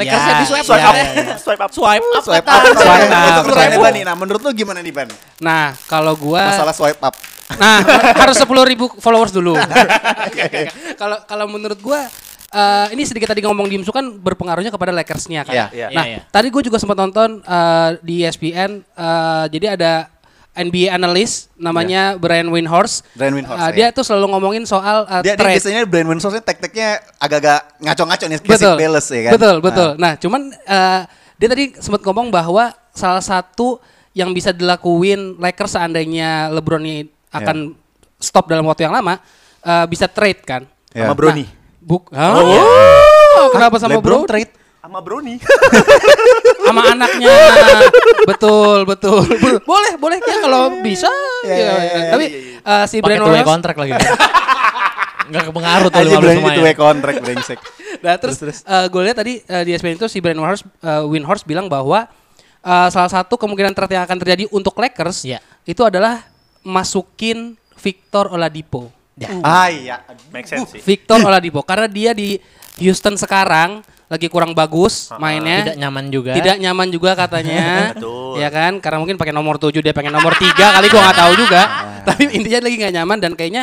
Lakers Ya, di swipe, Swipe ya. up, swipe up. Swipe up. Swipe kata. up, swipe up. Swipe up, Itu pertanyaannya swipe up. Bani. Nah, menurut lu gimana nih, Ben? Nah, kalau gua Masalah swipe up. Nah, harus 10.000 followers [LAUGHS] dulu. Kalau kalau menurut gua eh, ini sedikit tadi ngomong Dimsu kan berpengaruhnya kepada Lakersnya kan. Iya, iya. Nah, Iya, iya. tadi gue juga sempat nonton eh, di ESPN eh, jadi ada NBA analis namanya Brian Windhorst. Iya. Brian Windhorst, Eh, iya. dia tuh selalu ngomongin soal eh, Dia, dia trade. biasanya Brian Windsornya tek-teknya agak-agak ngaco-ngaco nih, basic balance ya kan? Betul, Nah, betul. Nah, cuman eh, dia tadi sempat ngomong bahwa salah satu yang bisa dilakuin Lakers seandainya LeBron Ya. akan stop dalam waktu yang lama eh, bisa trade kan. Iya. Sama Brony. Nah, buk. Oh, iya. Oh, kenapa Hah? sama LeBron Bro? trade? Sama Brony. Sama [LAUGHS] anaknya. betul, betul. Boleh, boleh ya kalau bisa. Iya, Ya, iya, iya, iya, Tapi eh, si Pakai Brandon two-way Williams- kontrak lagi. [LAUGHS] Enggak kepengaruh tuh Aja lima belas berani di pemain. kontrak brengsek. Nah terus, eh, gue lihat tadi eh, di ESPN itu si Brian Windhorst, eh, Windhorst bilang bahwa eh, salah satu kemungkinan trade yang akan terjadi untuk Lakers Iya. itu adalah masukin Victor Oladipo. Ah iya. Make sense sih. [COUGHS] Victor Oladipo karena dia di Houston sekarang lagi kurang bagus mainnya. Tidak nyaman juga. Tidak nyaman juga katanya. Betul. Ya kan? Karena mungkin pakai nomor 7 dia pengen nomor 3 kali gua nggak tahu juga. Tapi intinya lagi nggak nyaman dan kayaknya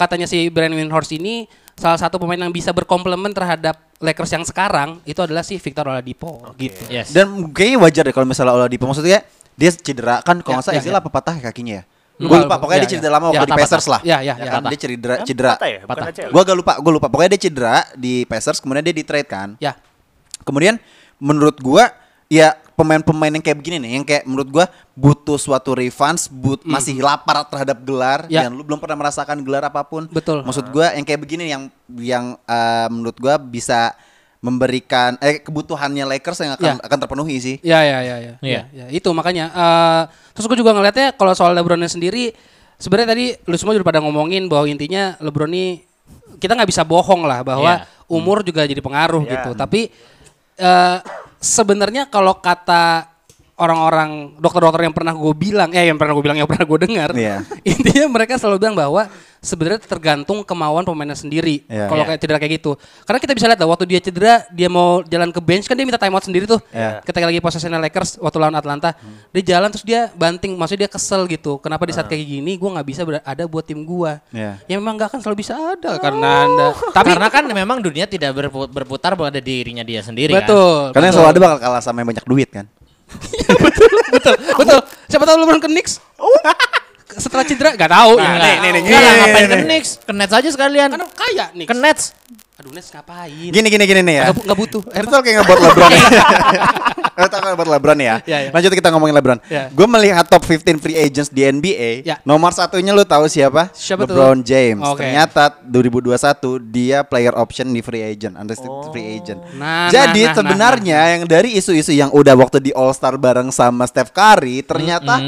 katanya si Brandon Windhorst ini salah satu pemain yang bisa berkomplement terhadap Lakers yang sekarang itu adalah si Victor Oladipo gitu. Yes. Dan kayaknya wajar deh kalau misalnya Oladipo maksudnya dia cedera kan Ya, kalau nggak salah ya, ACL ya. apa patah ya kakinya ya. Lupa, Gue lupa, lupa. pokoknya Ya, dia cedera ya. lama waktu Ya, di patah, Pacers patah. lah. Ya, ya, ya. kan? Dia cedera, cedera. Patah ya? Bukan Patah. ACL. Gue gak lupa, gue lupa. Pokoknya dia cedera di Pacers, kemudian dia di trade kan. Ya. Kemudian menurut gua ya pemain-pemain yang kayak begini nih, yang kayak menurut gua butuh suatu revans, but masih lapar terhadap gelar Hmm. dan Ya. lu belum pernah merasakan gelar apapun. Betul. Maksud gua yang kayak begini yang yang eh, menurut gua bisa memberikan eh kebutuhannya Lakers yang akan Ya. akan terpenuhi sih. Ya ya ya ya. Iya. Ya, ya. itu makanya. eh, terus gue juga ngelihatnya kalau soal LeBronnya sendiri, sebenarnya tadi lu semua udah pada ngomongin bahwa intinya LeBron ini kita nggak bisa bohong lah bahwa Iya. umur juga jadi pengaruh Iya. gitu. Tapi eh, sebenarnya kalau kata orang-orang dokter-dokter yang pernah gue bilang, eh yang pernah gue bilang yang pernah gue dengar, Iya. [LAUGHS] intinya mereka selalu bilang bahwa sebenarnya tergantung kemauan pemainnya sendiri. Iya. Kalau Iya. kayak cedera kayak gitu. Karena kita bisa lihat lah waktu dia cedera, dia mau jalan ke bench kan dia minta timeout sendiri tuh. Iya. Hmm. Ketika lagi possessionnya Lakers waktu lawan Atlanta, dia jalan terus dia banting, maksudnya dia kesel gitu. Kenapa di saat kayak gini gue nggak bisa ada buat tim gua? Ah. Iya. Ya memang nggak akan selalu bisa Oh. ada karena Anda. Tapi karena kan memang dunia tidak berpu- berputar pada dirinya dia sendiri kan? Betul. Karena yang betul. selalu ada bakal kalah sama yang banyak duit kan. [LAUGHS] betul, betul. Siapa tahu LeBron ke Knicks? Oh. Setelah cedera gak tahu. Nah, ya. nih, nih, Kan Enggak lah, ngapain ke Knicks? Ke Nets aja sekalian. Karena kaya Knicks. Ke Nets. Aduh, Nets ngapain? Gini gini gini nih ya. Nggak bu- nggak butuh. Eh, Itu kayak ngebuat LeBron. [LAUGHS] Itu kayak ngebuat LeBron ya. Ya, ya. Lanjut kita ngomongin LeBron. Ya. Gue melihat top 15 free agents di NBA. Ya. Nomor satunya lu tahu siapa? Siapa tuh? LeBron James. Oke. Ternyata 2021 dia player option di free agent, unrestricted free agent. Oh. Nah, Jadi nah, nah, sebenarnya yang dari isu-isu yang udah waktu di All Star bareng sama Steph Curry, ternyata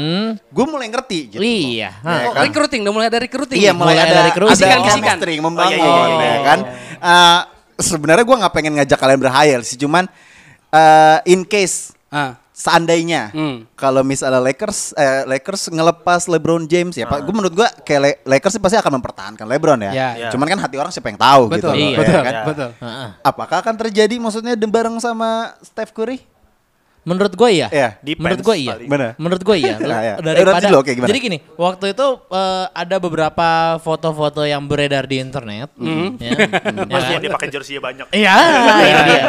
gue mulai ngerti gitu. Ya Iya. Hah. Oh, kan? recruiting, udah mulai ada recruiting. Iya mulai, Mulai ada ada recruiting. Bisikan-bisikan. chemistry yang membangun Oh, iya, iya, iya, ya iya. kan. Eh, Sebenarnya gue nggak pengen ngajak kalian berhayal sih, cuman eh, in case Ah. seandainya Hmm. kalau misalnya Lakers eh, Lakers ngelepas LeBron James ya, Pak. Gue menurut gue kayak Le- Lakers sih pasti akan mempertahankan LeBron ya. Ya. Ya. Cuman kan hati orang siapa yang tahu gitu. Betul, loh, Iya, ya betul, kan? Iya. betul. Heeh. Apakah akan terjadi maksudnya dem- bareng sama Steph Curry? Menurut gue iya. Iya. Depends Menurut gue iya. paling. Bener. Menurut gue iya. Nah, [LAUGHS] iya. Daripada Berarti lo kayak gimana? Jadi gini, waktu itu eh, ada beberapa foto-foto yang beredar di internet. Ya, ya Mas kan? [LAUGHS] dia pakai jersey banyak. Iya, iya, iya.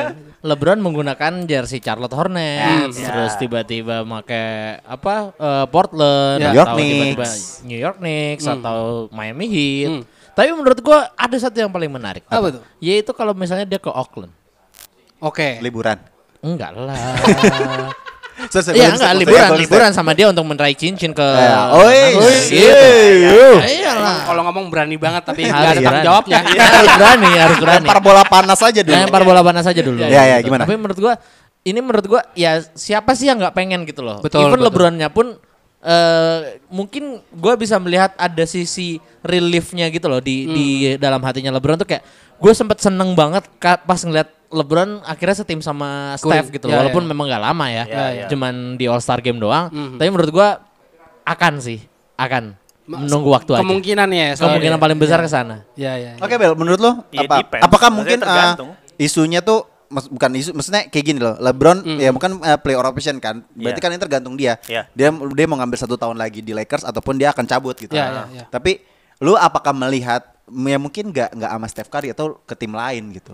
LeBron menggunakan jersey Charlotte Hornets, terus tiba-tiba pakai apa eh, Portland, New York atau tiba-tiba Knicks. New York Knicks atau Miami Heat. Tapi menurut gua ada satu yang paling menarik. Apa tuh? Yaitu kalau misalnya dia ke Auckland. Oke. Liburan. Enggak lah. [LAUGHS] Sorry, sorry, Iya sorry, enggak sorry, liburan, sorry, sorry. liburan sama dia untuk menerai cincin ke Ya. Oh, iya. Manado, gitu. Iya. Iyalah. Emang Kalau ngomong berani banget tapi Harus nggak ada tanggung berani. jawabnya. Iya. harus berani, harus berani. Lempar bola panas aja dulu. Lempar bola panas aja dulu. Iya, iya, Gitu. gimana? Tapi menurut gua ini menurut gua ya siapa sih yang nggak pengen gitu loh. Betul, Even betul. LeBronnya pun eh mungkin gua bisa melihat ada sisi reliefnya gitu loh di di dalam hatinya LeBron tuh kayak gue sempet seneng banget ka- pas ngeliat LeBron akhirnya setim sama Curry. Steph gitu Ya, loh. Walaupun ya. memang nggak lama ya. Ya, ya. Cuman di All Star Game doang. Tapi menurut gua akan sih, akan menunggu waktu aja. Kemungkinan ya. soalnya. Kemungkinan paling besar ke sana. Ya ya. ya. Oke Bel, menurut lo Ya, apa? depends. Apakah Maksudnya mungkin eh, tergantung. isunya tuh mas- bukan isu, maksudnya kayak gini loh. LeBron ya bukan eh, player option kan. Mm. Berarti Iya. kan ini tergantung dia. Iya. Dia dia mau ngambil satu tahun lagi di Lakers ataupun dia akan cabut gitu. Iya, Ah. iya, iya. Tapi lu apakah melihat ya mungkin nggak nggak sama Steph Curry atau ke tim lain gitu?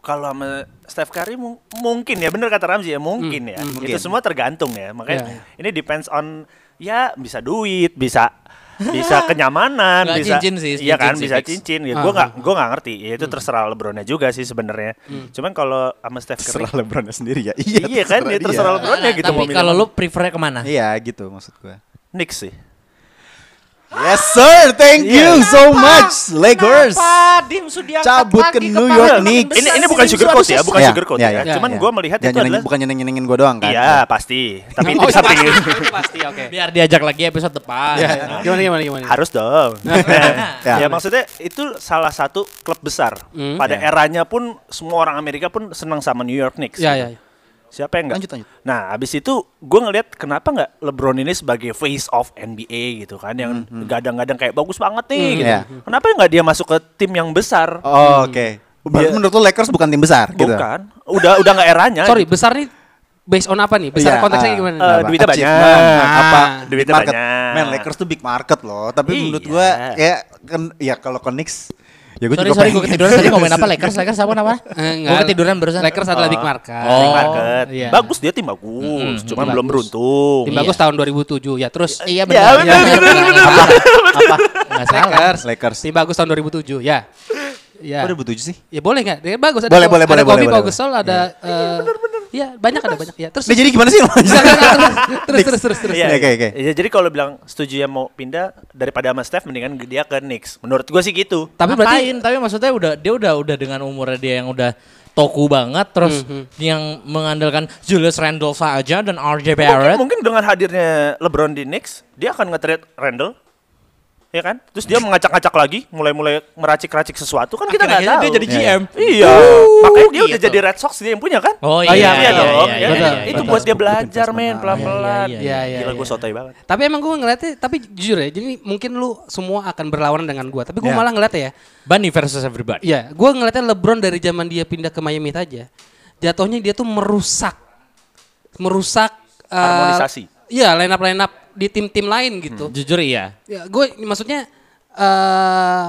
Kalau sama Steph Curry mung- mungkin ya, bener kata Ramzi ya, mungkin ya. Itu Mungkin. semua tergantung ya. Makanya Ya, ini depends on ya bisa duit, bisa bisa kenyamanan, Nggak bisa cincin sih, iya kan cincin sih, bisa fix. cincin ya. Ah, Gua nggak ah, gua nggak ngerti. Ya itu terserah LeBronnya juga sih sebenarnya. Cuman kalau sama Steph Curry Terserah LeBron sendiri ya. [LAUGHS] Iya, Iya kan, dia terserah dia. LeBronnya gitu mau Tapi milih kalau mana. lu prefernya kemana? Iya gitu maksud gue. Knicks sih. Yes sir, thank Iya. you so much Lakers. Cabut ke New York Knicks. Ini ini bukan sugar coat ya, bukan Iya, sugar coat iya, ya. iya. Cuman Iya. gua melihat Jangan itu nyenengin- adalah bukan nyenengin gue doang kan? Iya, pasti. Tapi itu Oh, itu pasti, penting. itu pasti. Oke. Biar diajak lagi episode depan. Ya, ya. Gimana gimana gimana. Harus dong. Ya. ya. maksudnya itu salah satu klub besar. Pada eranya pun semua orang Amerika pun senang sama New York Knicks. Iya, Ya ya. ya. Siapa yang enggak? Lanjut, lanjut. Nah, abis itu gue ngelihat kenapa nggak LeBron ini sebagai face of NBA gitu kan yang gadang-gadang kayak bagus banget nih gitu. Iya. Kenapa nggak dia masuk ke tim yang besar? Oh, Oke. Berarti menurut lu Lakers bukan tim besar gitu? Bukan. Udah udah nggak eranya. gitu. Sorry, besar nih based on apa nih? Besar Iya, konteksnya ah, gimana? nih? ah, Eh, duitnya achievement, banyak. Apa? Duitnya market. banyak. Men, Lakers tuh big market loh. Tapi Iya. menurut gua kayak kan ya kalau ke Knicks ya gua Sorry, juga sorry, pengen. gue ketiduran [LAUGHS] tadi ngomongin apa Lakers, Lakers apa nama? Eh, Gue ketiduran barusan. Lakers adalah big market. Big Oh, Nah, market. iya. Bagus dia tim bagus, cuman belum beruntung. Tim Iya. bagus tahun 2007. Ya, terus Iya, Iya Ya, benar. benar, benar, benar. Apa? Apa? Nggak salah. Lakers. Lakers. Tim bagus tahun 2007. Ya. Ya. Kok 2007 sih? Ya boleh nggak? Dia bagus. Boleh, boleh, ada boleh, Bobby boleh, boleh. Pau Gasol, ada eh, Iya, banyak ada banyak. Ya, terus Nah, jadi [LAUGHS] gimana sih? Enggak, enggak, enggak, terus terus terus terus. Iya. terus. Oke, oke. Ya, jadi kalau bilang setuju yang mau pindah daripada sama Steph mendingan dia ke Knicks. Menurut gue sih gitu. Tapi berarti Ngapain? tapi maksudnya udah dia udah udah dengan umurnya dia yang udah toku banget terus yang mengandalkan Julius Randle saja dan RJ Barrett. Mungkin, mungkin dengan hadirnya LeBron di Knicks, dia akan nge-trade Randall. Ya kan? Terus dia mengacak-acak lagi, mulai-mulai meracik-racik sesuatu kan kita nggak Akhir-akhirnya tahu. dia jadi GM. Iya. Makanya dia udah gitu. jadi Red Sox dia yang punya kan? Oh, Uh, iya, iya, dong. iya, Ya iya, kan? iya, Itu iya. buat dia belajar men pelan-pelan. Iya, iya, iya, Gila iya. gue sotoy banget. tapi emang gue ngeliatnya tapi jujur ya. Jadi mungkin lu semua akan berlawanan dengan gue. Tapi gue Iya. malah ngeliatnya ya. Bunny versus everybody. Iya, gue ngeliatnya LeBron dari zaman dia pindah ke Miami Heat aja. Jatuhnya dia tuh merusak, merusak. eh, Harmonisasi. Iya, line up line up di tim-tim lain gitu. Jujur iya. Ya, gue maksudnya eh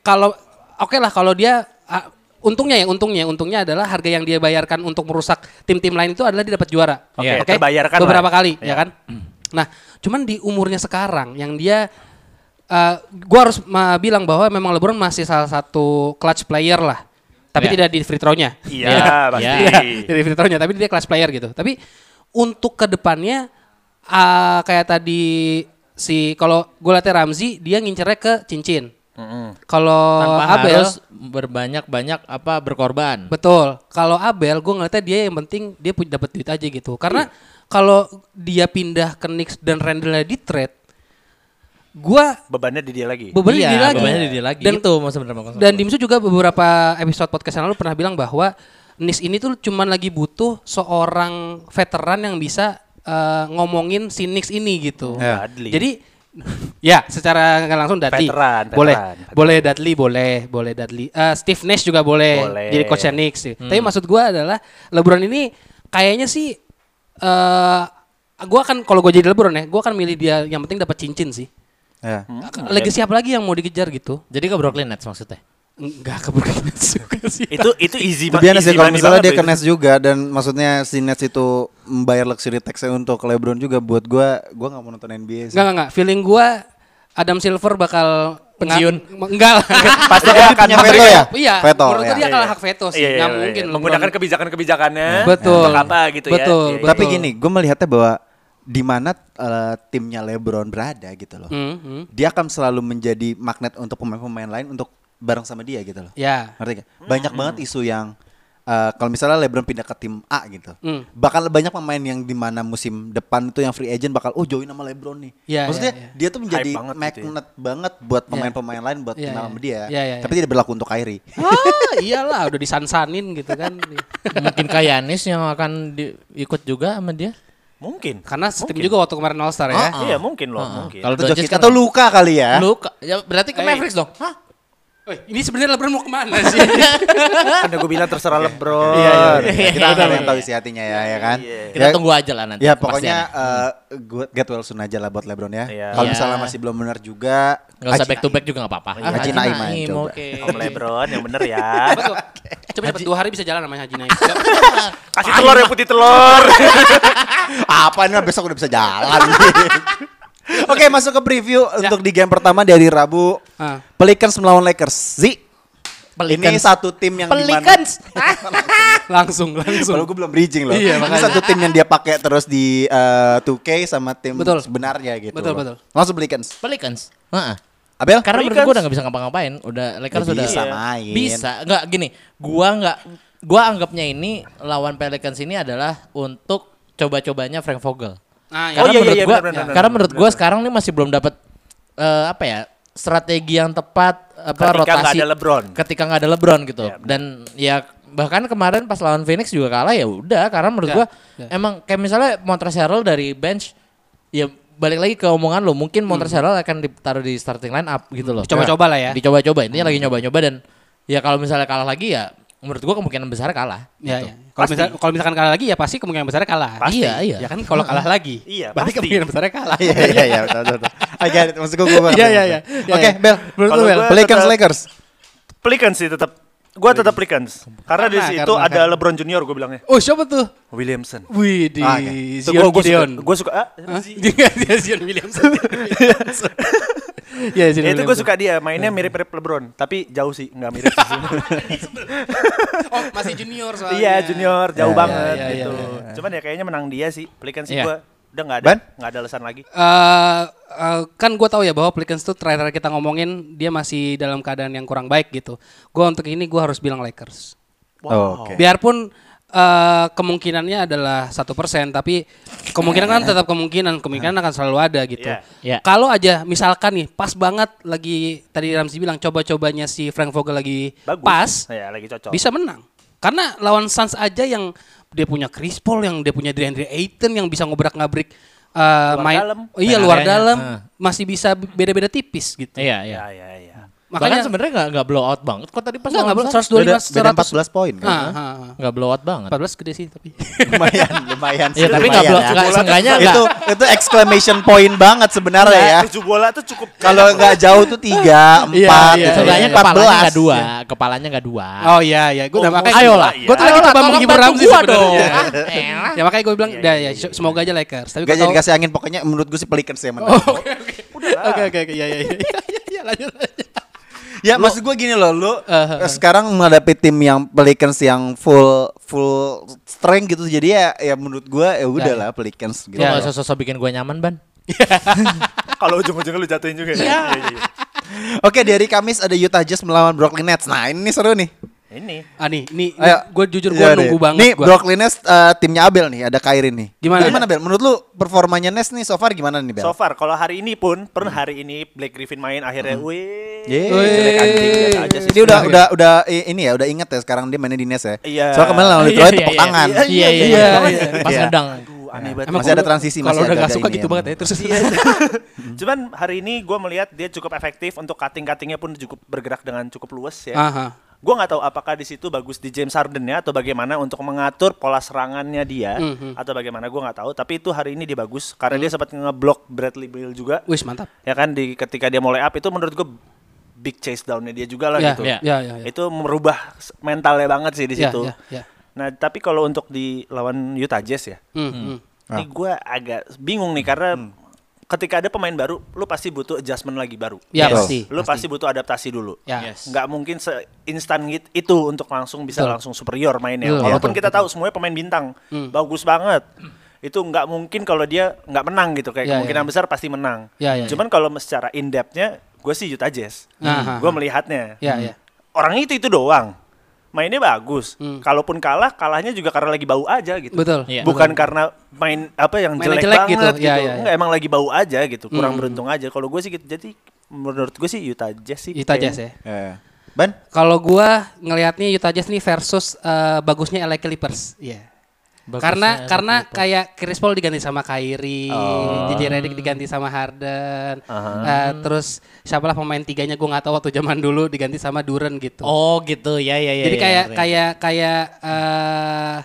kalau oke lah kalau dia ah, untungnya ya untungnya untungnya adalah harga yang dia bayarkan untuk merusak tim-tim lain itu adalah dia dapat juara. Oke, terbayarkan lah. Beberapa kali Iya. ya kan. Nah, cuman di umurnya sekarang yang dia eh gue harus ma- bilang bahwa memang LeBron masih salah satu clutch player lah. Tapi Iya. tidak di free throw-nya. Ya. Iya, pasti. [LAUGHS] Dari free throw-nya, tapi dia kelas player gitu. Tapi untuk kedepannya ah, kayak tadi si kalau gue liatnya Ramzi dia ngincernya ke cincin. Kalau Tanpa Abel harus berbanyak-banyak apa berkorban. ya? betul. Kalau Abel gue ngeliatnya dia yang penting dia punya dapat duit aja gitu. Karena kalau dia pindah ke Knicks dan Randle di trade, gue Bebannya di dia lagi. bebannya Iya, dia lagi. bebannya di dia lagi. Dan itu mau sebenarnya maksud Dan gua. Dimsu juga beberapa episode podcast yang lalu pernah bilang bahwa Nis ini tuh cuman lagi butuh seorang veteran yang bisa eh, ngomongin si Knicks ini gitu. Ya. Dudley. Jadi [LAUGHS] ya secara nggak langsung Dudley. Veteran, veteran, boleh. veteran. Boleh Dudley, boleh, boleh Dudley. Eh, Steve Nash juga boleh, Boleh. Hmm. jadi coachnya Knicks. sih. Tapi maksud gua adalah LeBron ini kayaknya sih eh gua akan kalau gue jadi LeBron ya, gua akan milih dia yang penting dapat cincin sih. Ya. Lagi siapa lagi yang mau dikejar gitu? Jadi ke Brooklyn Nets maksudnya. Enggak keburukan [LAUGHS] juga sih. itu itu easy Itu ba- biasa easy sih ya, kalau money misalnya banget dia tuh ke Nets juga dan maksudnya si Nets itu membayar luxury tax-nya untuk LeBron juga buat gua gua nggak mau nonton NBA sih. Enggak, enggak, enggak. Feeling gua Adam Silver bakal Pensiun. nga- enggak lah. [LAUGHS] Pasti dia akan punya veto ya? Iya, Veto, menurut gua ya. dia kalah hak veto Iya, sih. iya, Nggak iya, mungkin. iya. LeBron. menggunakan kebijakan-kebijakannya Betul. untuk apa gitu ya. Betul, Iya, iya. betul. Tapi gini, gue melihatnya bahwa di mana eh, timnya LeBron berada gitu loh, Hmm, hmm. dia akan selalu menjadi magnet untuk pemain-pemain lain untuk bareng sama dia gitu loh. Ya. Ngerti gak? Banyak banget hmm. isu yang eh, kalau misalnya LeBron pindah ke tim A gitu, Hmm. bakal banyak pemain yang di mana musim depan itu yang free agent bakal oh join sama LeBron nih. Iya, Maksudnya iya, iya. dia tuh menjadi Hype banget gitu ya. magnet banget buat pemain-pemain lain buat Iya, kenal iya. sama dia. Iya, iya, Tapi iya. tidak berlaku untuk Kyrie. Ah, iyalah udah disansanin gitu kan. Mungkin kayak Yanis yang akan di- ikut juga sama dia. Mungkin. Karena setim juga waktu kemarin All Star ya. Iya, mungkin loh, mungkin. Kalau Atau Doncic Jokic atau kan- Luka kali ya. Luka. Ya, berarti ke Eh. Mavericks dong. Hah? Woi, ini sebenarnya LeBron mau kemana sih? Kan Karena gue bilang terserah Iya, LeBron. Kita nggak ada yang tahu isi hatinya ya, ya kan. Kita Ya, tunggu aja lah nanti. Ya kepastian. pokoknya eh, gue get well soon aja lah buat LeBron ya. Iya. Kalau Iya. misalnya masih belum benar juga, Gak usah Haji back to back juga gak apa-apa. Haji Naim aja, coba. oke. Om LeBron yang bener ya. Betul. Coba dapat dua hari bisa jalan namanya Haji Naik. Kasih telur ya putih telur. Apa ini mah besok udah bisa [LAUGHS] jalan. Oke masuk ke preview Ya. untuk di game pertama dari Rabu. Ah. Pelicans melawan Lakers. Zi. Ini Pelicans. satu tim yang di mana- Pelicans. [LAUGHS] langsung, Kalau langsung. gue belum bridging loh. Iya, ini makanya. satu tim yang dia pakai terus di eh, 2K sama tim Betul. sebenarnya gitu. Betul, loh. betul. Langsung Pelicans. Pelicans. Heeh. Abel? Karena menurut gue Pelicans. udah gak bisa ngapa-ngapain. Udah Lakers Ya sudah bisa main. Bisa. Enggak gini. Gua nggak gua anggapnya ini lawan Pelicans ini adalah untuk coba-cobanya Frank Vogel. Nah, Karena Oh, iya, iya, menurut iya, gua benar, benar, benar, karena benar, menurut benar, gua benar. sekarang ini masih belum dapat eh, apa ya? strategi yang tepat apa Ketika nggak rotasi ada LeBron. Iya, ketika nggak ada LeBron gitu dan ya bahkan kemarin pas lawan Phoenix juga kalah ya udah karena menurut Ya, gua ya. emang kayak misalnya Montrezl dari bench ya balik lagi ke omongan lo mungkin Montrezl akan ditaruh di starting line up gitu loh Dicoba-coba Hmm. lah ya. dicoba-coba intinya lagi nyoba-nyoba dan ya kalau misalnya kalah lagi ya menurut gua kemungkinan besar kalah Ya, gitu. ya. Kalau misal, kalau misalkan kalah lagi ya pasti kemungkinan besarnya kalah. Pasti. Iya, iya. Ya kan kalau kalah lagi. Iya, Berarti pasti. kemungkinan besarnya kalah. Iya iya iya betul betul. betul. I get it. Maksud gue gue Iya, iya, iya. Iya, Oke, iya. Bel. Menurut lu, Bel? Pelicans tetap- Lakers. Pelicans sih tetap. Gue tetap Pelicans. Karena di Karena, situ karena, ada karena. LeBron Junior gue bilangnya. Oh, siapa tuh? Williamson. Wih, di Ah, oke. Gue Zion suka. Gideon. Gue suka. ah, Hah? Dia Zion Williamson. Iya, Ya, Zidane itu gue Williamson. suka dia mainnya mirip-mirip LeBron tapi jauh sih nggak mirip sih. Oh, masih junior soalnya. iya junior jauh Ya, banget ya, ya, gitu ya, cuman ya kayaknya menang dia sih pelikan sih Iya. gue udah nggak ada Ban? nggak ada alasan lagi Eh, eh, kan gue tahu ya bahwa Pelicans tuh terakhir kita ngomongin dia masih dalam keadaan yang kurang baik gitu. Gue untuk ini gue harus bilang Lakers. Oke. Biarpun eh, kemungkinannya adalah satu persen, tapi kemungkinan kan tetap kemungkinan, kemungkinan akan selalu ada gitu. Iya. Iya. Kalau aja misalkan nih pas banget lagi tadi Ramzi bilang coba-cobanya si Frank Vogel lagi bagus pas, ya lagi cocok bisa menang. Karena lawan Suns aja yang dia punya Chris Paul, yang dia punya DeAndre Ayton yang bisa ngobrak-ngabrik uh, Luar main- dalam. Iya, Main luar areanya, dalam heeh. masih bisa beda-beda tipis gitu. Iya, iya. ya ya ya Makanya Makanya sebenarnya nggak nggak blow out banget. Kok tadi pas enggak enggak lawan Suns, 125 Beda- beda 100. 14 poin kan? Nah, heeh. nggak blow out banget. 14 gede sih tapi. lumayan, lumayan sih. Iya, tapi nggak lumayan blow, ya. nggak seenggaknya nggak. Itu itu exclamation point banget sebenarnya ya. tujuh bola tuh cukup Kalau nggak jauh tuh tiga, empat, iya, gitu. Seenggaknya Empat kepalanya belas. nggak dua, kepalanya nggak dua. Oh iya iya, gue udah Oh, makanya Ayolah. iya. Gue tuh lagi Ayolah, coba tolong menghibur bantu Ramzi gua [LAUGHS] sebenarnya. dong. Ah, elah. Ya makanya gue bilang, dah ya semoga aja Lakers. Tapi Gak gua jadi tahu- kasih angin pokoknya menurut gue sih Pelicans yang menang. [LAUGHS] Oke oke oke, iya iya [LAUGHS] iya. Iya, Iya lanjut. lanjut. Ya maksud gue gini loh, lu eh, sekarang menghadapi tim yang Pelicans yang full full strength gitu. Jadi ya ya menurut gue ya udahlah Pelicans gitu. Lu iya. nggak usah sosok bikin gue nyaman, Ban. [LAUGHS] kalau ujung-ujungnya lu jatuhin juga ya. Iya, iya, iya. Oke, dari Kamis ada Utah Jazz melawan Brooklyn Nets. Nah, ini seru nih. ini Ah nih, nih, Ayo. gue jujur gue Iya, nunggu nih. banget. Nih, gua. Brooklyn Nets eh, timnya Abel nih, ada Kyrie nih. Gimana? Gimana Bel? Menurut lu performanya Nets nih so far gimana nih Bel? Hmm. so far kalau hari ini pun pernah hari ini Blake Griffin main akhirnya wih Yeay. jelek anjing biasa aja sih Jadi udah udah udah i- ini ya, udah inget ya sekarang dia mainnya di Nets ya. Iya. Soalnya kemarin lawan Detroit Iya, tepuk iya, tangan. Iya, iya, iya. Iya, iya. Pas iya. ngedang. Aduh, aneh banget. Masih kalau- ada transisi, Kalau masih udah nggak agak-agak suka ini gitu ya. banget ya terus. Cuman hari ini gue melihat dia cukup efektif untuk cutting-cuttingnya pun cukup bergerak dengan cukup luas ya. [LAUGHS] Ah. Aha. Gue nggak tahu apakah di situ bagus di James Harden ya atau bagaimana untuk mengatur pola serangannya dia Mhm. atau bagaimana gue nak tahu. Tapi itu hari ini dia bagus karena Hmm. dia sempat ngeblok Bradley Beal juga. Wis mantap. Ya kan di ketika dia mulai up itu menurut gue big chase downnya dia juga Iya, lah Ya, gitu. ya, ya, ya, ya. Itu merubah s- mentalnya banget sih di Iya, Ya, situ. ya, ya. Nah tapi kalau untuk di lawan Utah Jazz ya, Hmm, hmm. ini gue agak bingung nih karena ketika ada pemain baru, lu pasti butuh adjustment lagi baru. Ya Yes. pasti. Lu pasti butuh adaptasi dulu. Ya. Yes. Nggak mungkin seinstan gitu itu untuk langsung bisa Betul. langsung superior mainnya. Betul, Walaupun betul, Hmm. kita tahu semuanya pemain bintang, bagus banget. Itu nggak mungkin kalau dia nggak menang gitu. Kayak Ya, kemungkinan ya. besar pasti menang. Ya, ya, Cuman kalau secara in depth-nya, gue sih Utah Jazz. Aha. Gue Hmm. melihatnya. Hmm. Ya, ya. Orang itu itu doang. Mainnya bagus. Kalaupun kalah, kalahnya juga karena lagi bau aja gitu. Hmm. Betul. Iya. Bukan karena main apa yang Mainnya jelek, jelek banget gitu. gitu. Ya, ya, ya. Nggak, emang lagi bau aja gitu. Kurang Hmm. beruntung aja. Kalau gue sih gitu. Jadi menurut gue sih Utah Jazz sih. Utah Jazz kayaknya. Eh, ya. Ban? Nah, Kalau gua ngelihatnya Utah Jazz nih versus eh, bagusnya LA Clippers. Iya. ya, Bagusnya Karena LA karena gitu. kayak Chris Paul diganti sama Kyrie, Oh. JJ Redick diganti sama Harden, eh, terus siapalah pemain tiganya gua nggak tahu waktu zaman dulu diganti sama Duren gitu. Oh gitu, ya iya, ya ya. Jadi ya, kayak ngerti. kayak kayak eh,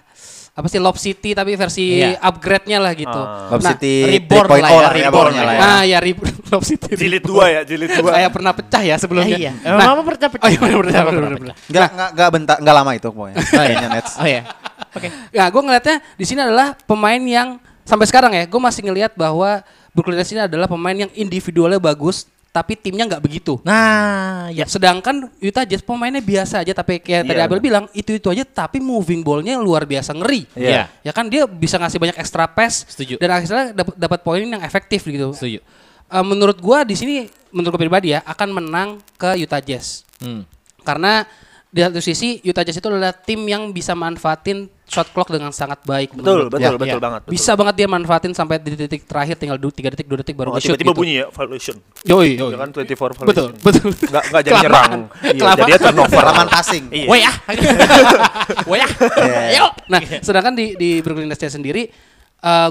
apa sih Lob City tapi versi Iya. upgrade-nya lah gitu. Oh. Lob City reborn 3.0 lah lah ya, ya, reborn pokoknya lah lah ya. ya. Nah, ya [LAUGHS] re- Lob City. Jilid dua ya, jilid dua. Saya pernah pecah ya sebelumnya. Iya. Nah, Mama pernah pecah. Oh iya, benar benar benar. benar. Enggak enggak enggak bentar enggak lama itu pokoknya. Oh iya. Kayaknya Nets. Oh iya. Oke. Nah, gue ngelihatnya di sini adalah pemain yang sampai sekarang ya, gue masih ngelihat bahwa Brooklyn Nets ini adalah pemain yang individualnya bagus, tapi timnya nggak begitu. Nah, ya. Ya, sedangkan Utah Jazz pemainnya biasa aja, tapi kayak tadi Iya, Abel benar. bilang itu itu aja, tapi moving ballnya luar biasa ngeri. Iya. Ya kan dia bisa ngasih banyak extra pass, Setuju. dan akhirnya dapat dapat poin yang efektif gitu. Setuju. Eh, menurut gue di sini, menurut gue pribadi ya, akan menang ke Utah Jazz. Hmm. Karena di satu sisi Utah Jazz itu adalah tim yang bisa manfaatin shot clock dengan sangat baik. Betul, menurut gua. betul, Ya, betul ya. banget. betul. Iya, Bisa banget dia manfaatin sampai di titik terakhir tinggal 3 detik 2 detik baru Oh, nge-shoot tiba-tiba gitu. bunyi ya, violation. Yoi, yoi. Ya kan 24 violation. Betul, betul. Nggak, nggak jadi nyerang. Kelamaan. Iya, Kelamaan. jadi dia turnover. Laman passing. Iya. Woi [LAUGHS] ah. Woi ah. Ayo. Nah, sedangkan di di Brooklyn Nets-nya sendiri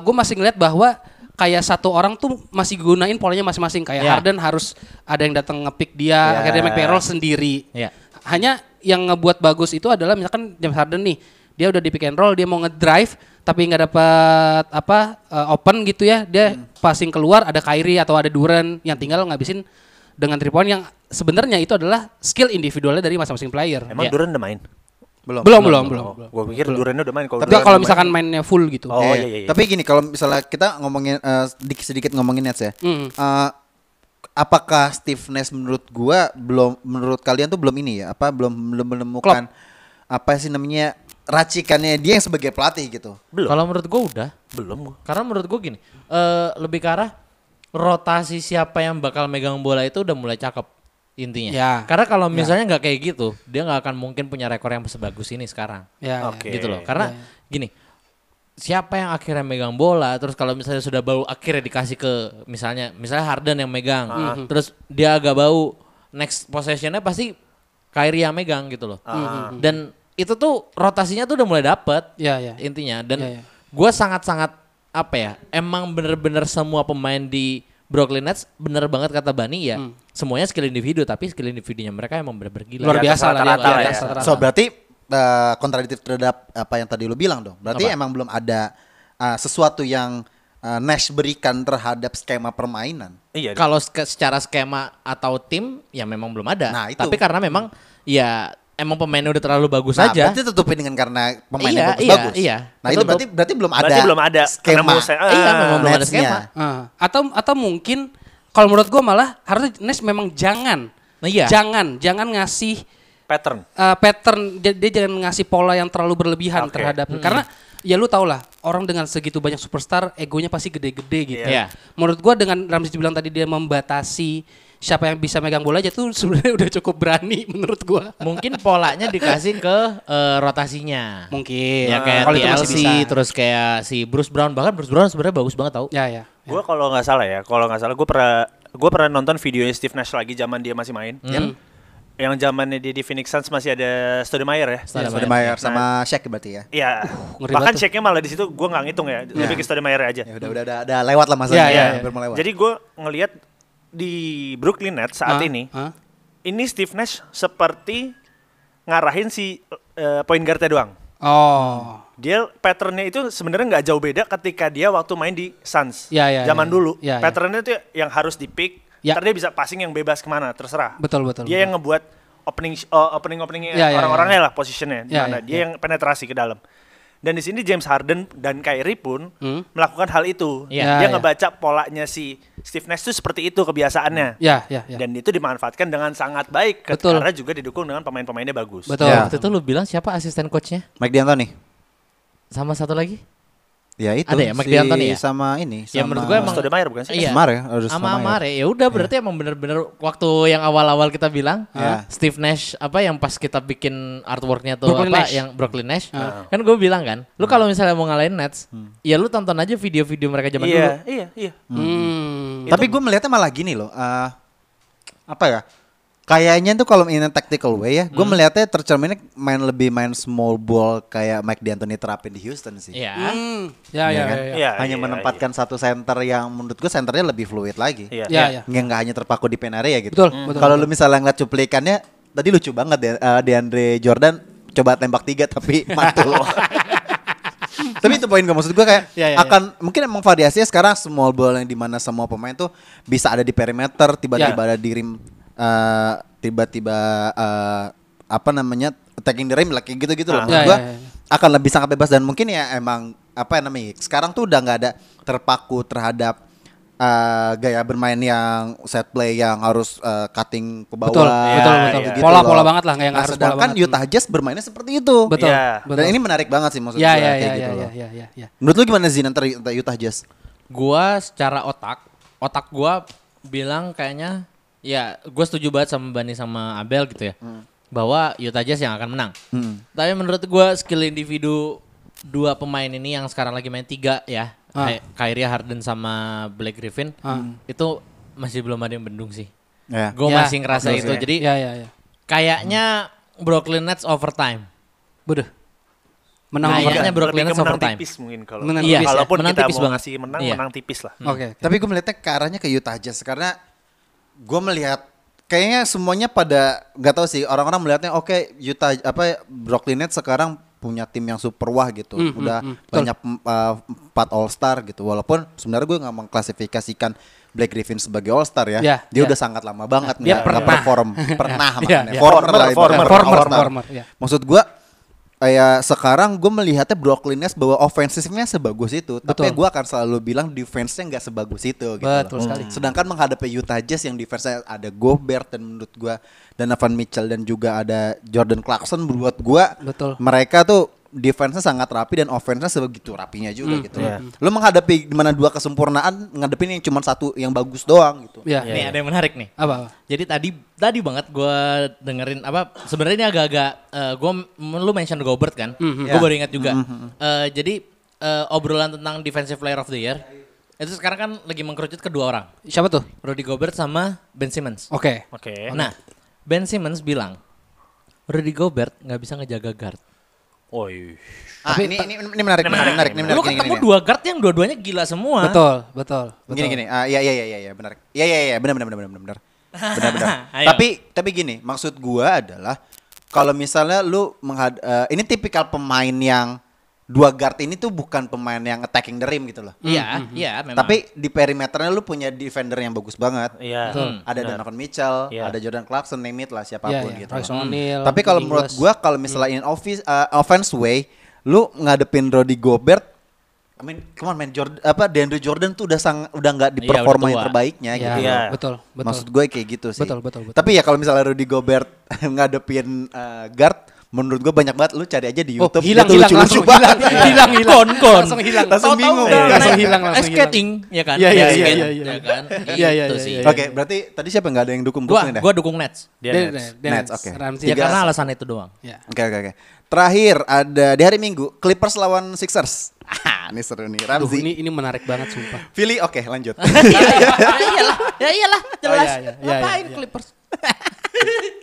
gue masih ngeliat bahwa kayak satu orang tuh masih gunain polanya masing-masing kayak Iya. Ya. Harden harus ada yang datang ngepick dia, akhirnya make payroll sendiri. Iya. Ya. Hanya yang ngebuat bagus itu adalah misalkan James Harden nih, dia udah di pick and roll, dia mau ngedrive tapi nggak dapat apa eh, open gitu ya, dia Hmm. passing keluar ada Kyrie atau ada Duran yang tinggal ngabisin dengan three point yang sebenarnya itu adalah skill individualnya dari masing-masing player. Emang Ya. Duran udah main? Belum. belum belum belum. belum. Gue pikir Duran udah main. Tapi Duran kalau udah main- misalkan mainnya full gitu. Oh, iya, iya, iya. Hmm, Tapi gini kalau misalnya kita ngomongin eh, sedikit sedikit ngomongin Nets ya. Eh, apakah Steve Nash menurut gua belum menurut kalian tuh belum ini ya apa belum belum menemukan apa sih namanya racikannya dia yang sebagai pelatih gitu. Belum. Kalau menurut gue udah. Belum gua. Karena menurut gue gini, eh lebih ke arah rotasi siapa yang bakal megang bola itu udah mulai cakep intinya. Ya. Karena kalau misalnya nggak kayak gitu, dia nggak akan mungkin punya rekor yang sebagus ini sekarang. Ya, ya. Oke. Gitu loh. Karena gini, siapa yang akhirnya megang bola terus kalau misalnya sudah bau akhirnya dikasih ke misalnya misalnya Harden yang megang Mhm. terus dia agak bau next possessionnya pasti Kyrie yang megang gitu loh Mhm. dan itu tuh rotasinya tuh udah mulai dapet Ya, ya. intinya dan Iya, iya. gue sangat-sangat apa ya emang bener-bener semua pemain di Brooklyn Nets bener banget kata Hmm. Bani ya semuanya skill individu tapi skill individunya mereka emang bener-bener gila Luar Di atas biasa lah dia, rata-rata lah di atas ya. rata-rata. So berarti uh, kontradiktif terhadap apa yang tadi lu bilang dong. Berarti Apa? emang belum ada uh, sesuatu yang uh, Nash berikan terhadap skema permainan. Iya. Kalau ske- secara skema atau tim ya memang belum ada. Nah, itu. Tapi karena memang ya emang pemainnya udah terlalu bagus Nah, aja. berarti tutupin dengan karena pemainnya Iya, bagus-bagus. iya, iya. Nah, itu Betul, berarti berarti belum ada. Berarti belum ada skema. Karena saya- Iya, Ah. memang belum ada Netsnya. skema. Ah, atau atau mungkin kalau menurut gua malah harusnya Nes memang jangan. Nah, iya. Jangan, jangan ngasih pattern. eh, pattern dia, dia jangan ngasih pola yang terlalu berlebihan Oke. terhadap karena ya lu tau lah orang dengan segitu banyak superstar egonya pasti gede-gede gitu. Iya. Menurut gua dengan Ramzi bilang tadi dia membatasi siapa yang bisa megang bola aja tuh [LAUGHS] sebenarnya udah cukup berani menurut gua. Mungkin polanya dikasih ke eh, rotasinya. Mungkin. Ya kayak Kalau itu masih TLC bisa. terus kayak si Bruce Brown bahkan Bruce Brown sebenarnya bagus banget tau. Ya ya. Gue kalau nggak salah ya, kalau nggak salah gue pernah gue pernah nonton videonya Steve Nash lagi zaman dia masih main. Hmm. Yang zamannya dia di Phoenix Suns masih ada Stoudemire ya. Stoudemire. Sudah bayar sama Shaq berarti ya. Iya. Uh, ngeri Bahkan banget tuh. checknya malah di situ gue nggak ngitung ya, lebih ke Stoudemire aja. Ya udah Hmm. udah udah, udah lewat lah masanya. Iya, iya, hampir mau lewat. Jadi gue ngelihat di Brooklyn Nets saat Hah? ini, Hah? ini Steve Nash seperti ngarahin si eh, point guardnya doang. Oh. Dia patternnya itu sebenarnya nggak jauh beda ketika dia waktu main di Suns Ya, ya, zaman ya. dulu. Ya, ya. patternnya itu yang harus di pick, Ya. ntar dia bisa passing yang bebas kemana terserah. Betul betul. dia yang ngebuat opening opening openingnya Ya, ya, orang-orangnya lah posisinya di Ya, mana ya, dia ya. yang penetrasi ke dalam dan di sini James Harden dan Kyrie pun melakukan hal itu Hmm? Ya, dia ya. ngebaca polanya si Steve Nash itu seperti itu kebiasaannya Ya ya ya. dan itu dimanfaatkan dengan sangat baik ke- Betul. karena juga didukung dengan pemain-pemainnya bagus Betul. Ya. Waktu itu lu bilang siapa asisten coachnya? Mike D'Antoni. Sama satu lagi? Ya itu. Ada ya, Mike si D'Antoni ya? Sama ini. Sama Ya, menurut gua emang- Stoudemire bukan sih Iya. Amar ya, harus sama sama ya. Amare. Ya udah berarti emang bener-bener waktu yang awal-awal kita bilang Iya. Steve Nash apa yang pas kita bikin artworknya tuh Brooklyn apa Nash. yang Brooklyn Nash. Kan gue bilang kan, lu kalau misalnya mau ngalahin Nets, ya lu tonton aja video-video mereka zaman iya, dulu. iya iya Nah, Hmm. Tapi gue melihatnya malah gini loh. eh, apa ya? Kayaknya tuh kalau in a tactical way ya, gue Hmm. melihatnya tercerminnya main lebih main small ball kayak Mike D'Antoni terapin di Houston sih. Iya. Hmm. Iya Ya ya ya. kan? ya. Iya, hanya iya, menempatkan satu center yang menurut gue senternya lebih fluid lagi. Iya. Ya, ya. Nggak, nggak hanya terpaku di pen area gitu. Betul, Hmm. betul, Kalau lu misalnya ngeliat cuplikannya, tadi lucu banget ya eh, DeAndre Jordan coba tembak tiga [LAUGHS] tapi mantul. tapi itu poin gue maksud gue kayak Iya, Ya, ya, ya. akan mungkin emang variasinya sekarang small ball yang dimana semua pemain tuh bisa ada di perimeter tiba-tiba Ya. ada di rim eh, tiba-tiba eh, apa namanya attacking the rim lah kayak gitu-gitu loh Ah. maksud Ya, gue ya, ya. akan lebih sangat bebas dan mungkin ya emang apa yang namanya sekarang tuh udah nggak ada terpaku terhadap eh, gaya bermain yang set play yang harus eh, cutting ke bawah gitu Betul, betul, betul. Pola-pola loh. banget lah, nggak yang nah, harus pola sedangkan banget. Utah Jazz bermainnya seperti itu Betul. Iya. Betul. dan ini menarik banget sih maksud gue ya ya kayak ya gitu ya loh ya ya ya. menurut lu gimana sih ntar Utah Jazz Gua secara otak, otak gua bilang kayaknya ya gue setuju banget sama Bani sama Abel gitu ya. Hmm. Bahwa Utah Jazz yang akan menang. Tapi menurut gua skill individu dua pemain ini yang sekarang lagi main tiga ya. Ah. Ky- Kyrie Harden sama Blake Griffin itu masih belum ada yang bendung sih. ya Gue Ya, masih ngerasa betul itu. sih. Jadi ya ya ya. kayaknya Brooklyn Nets overtime. Bodoh. Menang Nah, over iya. Kayaknya Lebih Brooklyn ke Nets menang overtime. tipis mungkin kalau Menang kalau- tipis ya, kalaupun menang kita tipis mau banget. ngasih menang Iya. menang tipis lah Oke. oke. Tapi gue melihatnya ke arahnya ke Utah Jazz karena gue melihat kayaknya semuanya pada nggak tahu sih orang-orang melihatnya oke Utah apa Brooklyn Nets sekarang punya tim yang super wah gitu udah banyak mm, uh, empat All Star gitu walaupun sebenarnya gue nggak mengklasifikasikan Black Griffin sebagai All Star ya Ya, dia ya. udah sangat lama banget nggak- Dia nggak pernah. perform pernah Ya, makanya ya. former Former, lah ibaratnya, former, bukan former, All Star. former, ya. maksud gue kayak sekarang gue melihatnya Brooklyn Nets bahwa offensifnya sebagus itu, tapi Betul. gue akan selalu bilang defense-nya nggak sebagus itu. Gitu loh. Betul sekali. Sedangkan menghadapi Utah Jazz yang defense-nya ada Gobert dan menurut gue dan Donovan Mitchell dan juga ada Jordan Clarkson buat gue, Betul. mereka tuh defense-nya sangat rapi dan offense-nya sebegitu rapinya Hmm, juga gitu. iya. loh. Lo menghadapi di mana dua kesempurnaan, ngadepin yang cuma satu yang bagus doang gitu. Ya. Nih ada yang menarik nih. Apa? apa? Jadi tadi tadi banget gue dengerin apa sebenarnya ini agak-agak gue lu mention Gobert kan, gue Hmm, Ya. baru ingat juga. Eh, jadi eh, obrolan tentang defensive player of the year itu sekarang kan lagi mengkerucut ke dua orang, Siapa tuh? Rudy Gobert sama Ben Simmons. Oke. Oke. Nah Ben Simmons bilang Rudy Gobert nggak bisa ngejaga guard. Oi. Ah, ini, ini, ini menarik, ini menarik, ini menarik. Lu Nah, Gini, gini, ketemu gini. dua guard yang dua-duanya gila semua. Betul, betul, betul. Gini gini, ah, ya ya ya ya ya benar. Ya ya ya benar benar benar benar benar. Benar benar. Ayo. tapi tapi gini, maksud gua adalah kalau misalnya lu menghad eh, ini tipikal pemain yang dua guard ini tuh bukan pemain yang attacking the rim gitu loh. Hmm, Iya, iya memang. Tapi di perimeternya lu punya defender yang bagus banget. Iya. Hmm. Ada Donovan Mitchell, Iya. ada Jordan Clarkson, name it lah siapapun Iya, iya. gitu. Royce loh. O'Neal, Tapi kalau menurut Ingles. gua kalau Iya. misalnya in office uh, offense way, lu ngadepin Rudy Gobert I mean, come on man, Jordan, apa DeAndre Jordan tuh udah sang udah nggak di Iya, udah performa yang tua. terbaiknya Iya, gitu. Iya. loh. betul, betul. Maksud gue kayak gitu sih. Betul, betul, betul. Tapi ya kalau misalnya Rudy Gobert [LAUGHS] ngadepin uh, guard, menurut gue banyak banget lu cari aja di Oh, YouTube. hilang, Itu hilang, lucu-lucu langsung banget. Iya. hilang, hilang, hilang. Kon, kon. Langsung hilang. Langsung Tahu-tahu bingung. udah Langsung naik hilang, langsung ice skating, ya kan? Iya, iya, iya, Ice iya, skate, iya. ya kan? Iya, iya, Itu iya, sih. iya. Oke, berarti tadi siapa nggak ada yang dukung Gua Brooklyn ya? gua dukung Nets. Dia Dan- Nets. dan- Nets, dan oke. Ramsey. kan? Ya Tiga- karena alasan itu doang. Ya. Oke oke oke. Terakhir ada di hari Minggu Clippers lawan Sixers. [LAUGHS] Ah, ini seru nih Duh, Ramzi. ini ini menarik banget sumpah. Pilih oke [LAUGHS] lanjut. ya iyalah, ya iyalah, jelas. iya, iya, iya, Ngapain iya, iya. Clippers?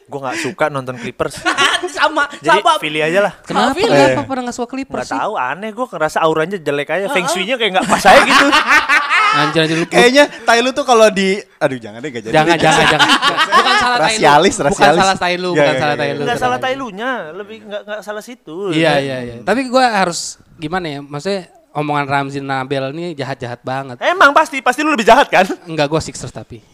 Gue nggak suka nonton Clippers. [LAUGHS] sama, Jadi sama. pilih aja lah. Kenapa ya? Phil, kenapa pernah nggak suka Gak Clippers sih? tahu aneh gue ngerasa auranya jelek aja. Feng Shui-nya kayak nggak pas aja [LAUGHS] gitu. Ah, Anjir anjir lu. Eh, Kayaknya Tai lu tuh kalau di aduh jangan deh gak jadi. Jangan [LAUGHS] deh. jangan jangan. Bukan salah tai lu. Rasialis, Bukan rasialis. salah tai Ya, lu, bukan ya, salah ya, tai lu. Nggak salah Tenang aja. tailunya, lebih nggak nggak salah situ. Iya iya iya. Tapi gua harus gimana ya? Maksudnya omongan Ramzi Nabel ini jahat-jahat banget. Emang pasti pasti lu lebih jahat kan? Enggak gua Sixers tapi. [LAUGHS]